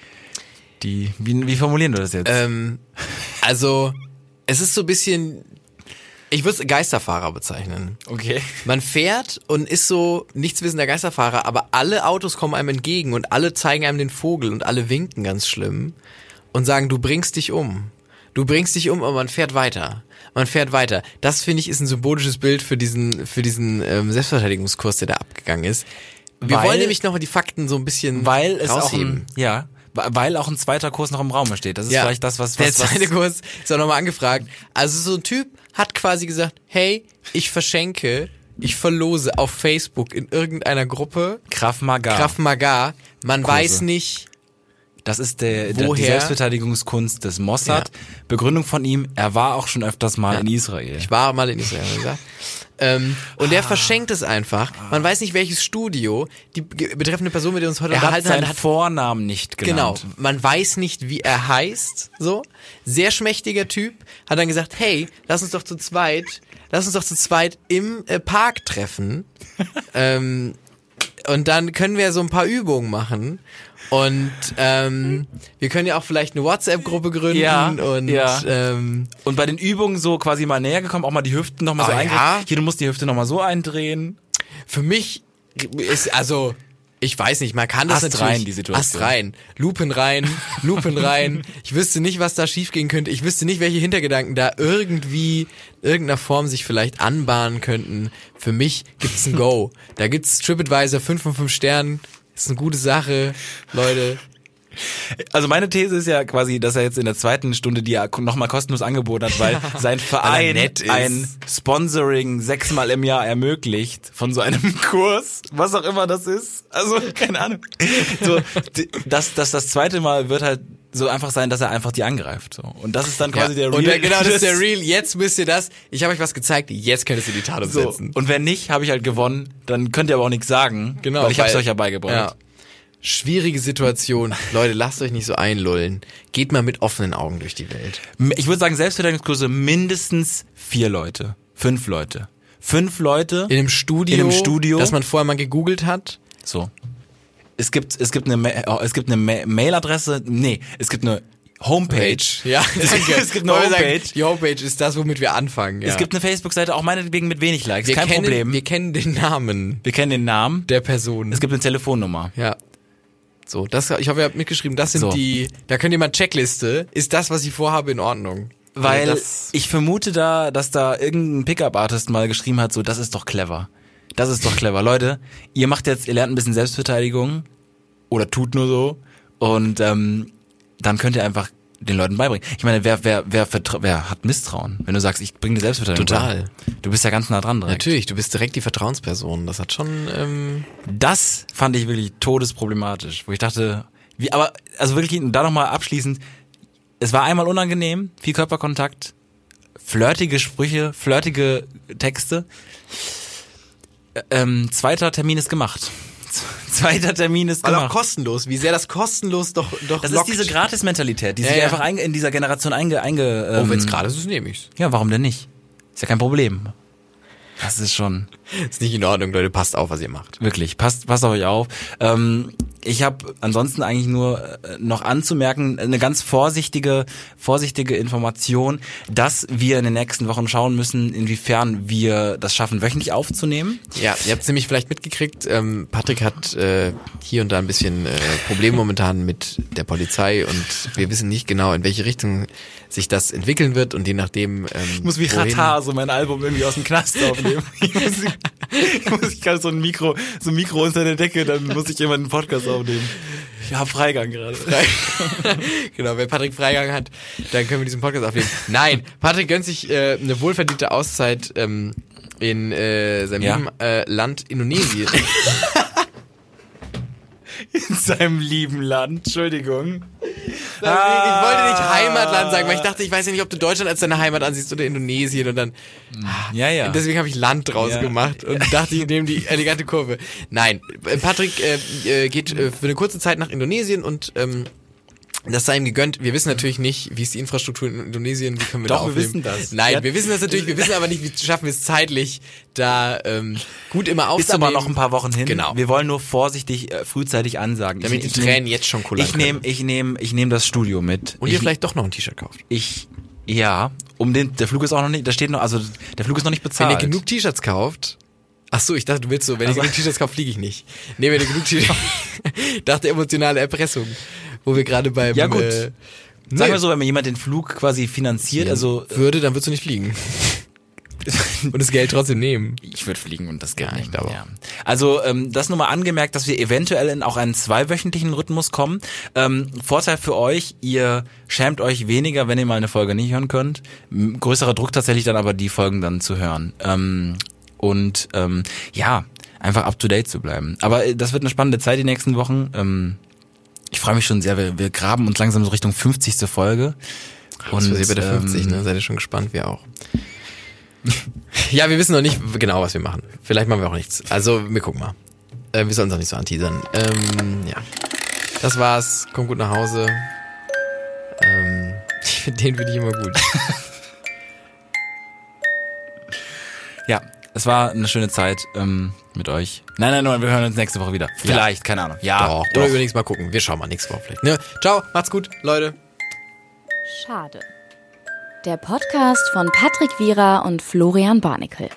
D: die wie, wie formulieren wir das jetzt?
E: Ähm, also, es ist so ein bisschen, ich würde es Geisterfahrer bezeichnen.
D: okay.
E: Man fährt und ist so nichtswissender Geisterfahrer, aber alle Autos kommen einem entgegen und alle zeigen einem den Vogel und alle winken ganz schlimm und sagen, du bringst dich um. Du bringst dich um, aber man fährt weiter. Man fährt weiter. Das finde ich ist ein symbolisches Bild für diesen, für diesen ähm, Selbstverteidigungskurs, der da abgegangen ist. Wir
D: Weil-
E: wollen nämlich nochmal die Fakten so ein bisschen
D: Weil es auch ein,
E: rausheben.
D: ja, weil auch ein zweiter Kurs noch im Raum steht. Das ist vielleicht das, was,
E: der
D: was, was
E: zweite Kurs ist auch nochmal angefragt. Also so ein Typ hat quasi gesagt, hey, ich verschenke, ich verlose auf Facebook in irgendeiner Gruppe
D: Krav Maga.
E: Krav Maga. Man weiß nicht,
D: Das ist der, der, die
E: Woher?
D: Selbstverteidigungskunst des Mossad. Begründung von ihm, er war auch schon öfters mal in Israel.
E: Ich war mal in Israel, hat er gesagt. Ähm, und
D: Ah.
E: der verschenkt es einfach. Man weiß nicht, welches Studio. Die ge- betreffende Person, mit der uns heute
D: er hat
E: unterhalten
D: seinen
E: hat, hat
D: Vornamen nicht
E: Genau.
D: genannt.
E: Man weiß nicht, wie er heißt. So. Sehr schmächtiger Typ. Hat dann gesagt, hey, lass uns doch zu zweit, lass uns doch zu zweit im äh, Park treffen. ähm, und dann können wir so ein paar Übungen machen. Und ähm, wir können ja auch vielleicht eine WhatsApp-Gruppe gründen
D: Ja,
E: und
D: ja.
E: Ähm,
D: Und bei den Übungen so quasi mal näher gekommen, auch mal die Hüften nochmal so
E: Ah,
D: eingedreht.
E: ja?
D: Hier, du musst die Hüfte nochmal so eindrehen.
E: für mich ist also ich weiß nicht, man kann das
D: Ast
E: natürlich
D: rein, die Situation.
E: Ast rein, Lupen rein, Lupen rein. Ich wüsste nicht, was da schiefgehen könnte. Ich wüsste nicht, welche Hintergedanken da irgendwie irgendeiner Form sich vielleicht anbahnen könnten. Für mich gibt's ein Go. Da gibt's TripAdvisor 5 von 5 Sternen. Ist eine gute Sache, Leute.
D: Also meine These ist ja quasi, dass er jetzt in der zweiten Stunde die ja nochmal kostenlos angeboten hat, weil sein Verein
E: nett ist.
D: ein Sponsoring sechsmal im Jahr ermöglicht von so einem Kurs, was auch immer das ist. Also keine Ahnung. So, d- das, das, das zweite Mal wird halt so einfach sein, dass er einfach die angreift. So. Und das ist dann quasi der Real.
E: Und der, genau, das ist der Real. Jetzt müsst ihr das. Ich habe euch was gezeigt. Jetzt könntest ihr die Tat
D: So.
E: umsetzen.
D: Und wenn nicht, habe ich halt gewonnen. Dann könnt ihr aber auch nichts sagen.
E: Genau.
D: Weil ich hab's
E: weil-
D: euch ja beigebracht.
E: Ja. Schwierige Situation. Leute, lasst euch nicht so einlullen. Geht mal mit offenen Augen durch die Welt.
D: Ich würde sagen, Selbstverteidigungskurse mindestens vier Leute. Fünf Leute. Fünf Leute.
E: In einem Studio,
D: In einem Studio.
E: das man vorher mal gegoogelt hat.
D: so. Es gibt, es gibt eine, Ma oh, es gibt eine Ma Mailadresse. Nee, es gibt eine Homepage.
E: Ja,
D: es,
E: danke.
D: es gibt eine
E: Wollen wir sagen,
D: Homepage.
E: die Homepage ist das, womit wir anfangen. Ja.
D: Es gibt eine Facebook-Seite, auch meinetwegen mit wenig Likes.
E: wir
D: Kein
E: kennen,
D: Problem.
E: Wir kennen den Namen
D: Wir kennen den Namen.
E: der Person.
D: Es gibt eine Telefonnummer.
E: ja. So, das, ich hoffe, ihr habt mitgeschrieben. Das sind
D: So.
E: die, da könnt ihr mal Checkliste. Ist das, was ich vorhabe, in Ordnung?
D: Äh, Weil
E: Also das,
D: ich vermute da, dass da irgendein Pickup-Artist mal geschrieben hat, so, das ist doch clever. Das ist doch clever. Leute, ihr macht jetzt, ihr lernt ein bisschen Selbstverteidigung oder tut nur so und ähm, dann könnt ihr einfach den Leuten beibringen. Ich meine, wer, wer, wer, vertra- wer hat Misstrauen, wenn du sagst, ich bringe dir Selbstverteidigung
E: Total.
D: bei? Du bist ja ganz nah dran direkt.
E: natürlich, du bist direkt die Vertrauensperson. Das hat schon, ähm,
D: Das fand ich wirklich todesproblematisch, wo ich dachte, wie, aber, also wirklich, und da nochmal abschließend, es war einmal unangenehm, viel Körperkontakt, flirtige Sprüche, flirtige Texte. Ä- Ähm, zweiter Termin ist gemacht. Zweiter Termin ist
E: weil auch
D: gemacht.
E: kostenlos, wie sehr das kostenlos doch, doch
D: das
E: lockt.
D: ist diese Gratis-Mentalität, die sich
E: ja.
D: einfach einge, in dieser Generation einge... einge
E: Oh,
D: ähm,
E: wenn es gerade ist, nehme ich's.
D: ja, warum denn nicht? Ist ja kein Problem. Das ist schon...
E: Ist nicht in Ordnung, Leute. Passt auf, was ihr macht.
D: Wirklich, passt, passt auf euch auf. Ähm, ich habe ansonsten eigentlich nur äh, noch anzumerken, eine ganz vorsichtige, vorsichtige Information, dass wir in den nächsten Wochen schauen müssen, inwiefern wir das schaffen, wöchentlich aufzunehmen.
E: Ja, ihr habt es nämlich vielleicht mitgekriegt. Ähm, Patrick hat äh, hier und da ein bisschen äh, Probleme momentan mit der Polizei und wir wissen nicht genau, in welche Richtung sich das entwickeln wird und je nachdem. Ähm, ich wohin,
D: so mein Album irgendwie aus dem Knast aufnehmen. ich muss, ich muss ich gerade so ein Mikro, so ein Mikro unter der Decke, dann muss ich immer einen Podcast aufnehmen. Ich habe Freigang gerade.
E: genau, wenn Patrick Freigang hat, dann können wir diesen Podcast aufnehmen. Nein, Patrick gönnt sich äh, eine wohlverdiente Auszeit ähm, in äh, seinem
D: Ja.
E: lieben, äh, Land Indonesien.
D: In seinem lieben Land, Entschuldigung.
E: Ich wollte nicht
D: Ah.
E: Heimatland sagen, weil ich dachte, ich weiß ja nicht, ob du Deutschland als deine Heimat ansiehst oder Indonesien und dann
D: Ja, ja.
E: Deswegen habe ich Land draus
D: Ja.
E: gemacht und dachte, ich nehme die elegante Kurve. Nein, äh, Patrick äh, äh, geht äh, für eine kurze Zeit nach Indonesien und ähm, das sei ihm gegönnt. Wir wissen natürlich nicht, wie ist die Infrastruktur in Indonesien, wie können wir
D: Doch,
E: da
D: wir
E: aufnehmen.
D: wissen das.
E: Nein,
D: Ja.
E: wir wissen das natürlich, wir wissen aber nicht, wie schaffen wir es zeitlich, da ähm, gut immer
D: Ist
E: aufzunehmen.
D: aber noch ein paar Wochen hin.
E: Genau.
D: Wir wollen nur vorsichtig, äh, frühzeitig ansagen.
E: Damit die
D: nehm-
E: Tränen jetzt schon kullern
D: Ich nehme,
E: können.
D: ich nehme, ich nehme das Studio mit.
E: Und
D: ich,
E: ihr vielleicht doch noch ein T-Shirt kauft.
D: Ich, ja. Um den, der Flug ist auch noch nicht, da steht noch, also der Flug ist noch nicht
E: Wenn
D: bezahlt.
E: ihr genug T-Shirts kauft. Ach so, ich dachte, du willst so, wenn
D: Also-
E: ihr genug T-Shirts kauft, fliege ich nicht. Nee, wenn ihr genug T-Shirts Dachte emotionale Erpressung, wo wir gerade beim
D: Ja, gut.
E: Äh,
D: Sagen
E: nee.
D: wir so, wenn mir jemand den Flug quasi finanziert, also
E: würde, dann würdest du nicht fliegen. Und das Geld trotzdem nehmen.
D: ich würde fliegen und das Geld
E: Ja, ich
D: nehmen.
E: glaube auch.
D: ja. Also ähm, das nur mal angemerkt, dass wir eventuell in auch einen zweiwöchentlichen Rhythmus kommen. Ähm, Vorteil für euch, ihr schämt euch weniger, wenn ihr mal eine Folge nicht hören könnt. M- Größerer Druck tatsächlich dann aber die Folgen dann zu hören. Ähm, und ähm, ja, einfach up to date zu bleiben. Aber äh, das wird eine spannende Zeit die nächsten Wochen. Ähm, Ich freue mich schon sehr. Wir, wir graben uns langsam so Richtung 50. Folge.
E: Und wir bei der 50,
D: ähm,
E: ne? Seid ihr schon gespannt, wir auch. ja, wir wissen noch nicht genau, was wir machen. Vielleicht machen wir auch nichts. Also, wir gucken mal. Äh, wir sollen es auch nicht so anteasern. Ähm, ja. Das war's. Kommt gut nach Hause. Ähm, den finde ich immer gut.
D: Ja, es war eine schöne Zeit ähm, mit euch. Nein, nein, nein, wir hören uns nächste Woche wieder. Vielleicht, keine Ahnung. Ja,
E: doch, Oder übrigens mal gucken. Wir schauen mal nächste Woche vielleicht. Ne? Ciao, macht's gut, Leute.
C: Schade. Der Podcast von Patrick Wierer und Florian Barnikel.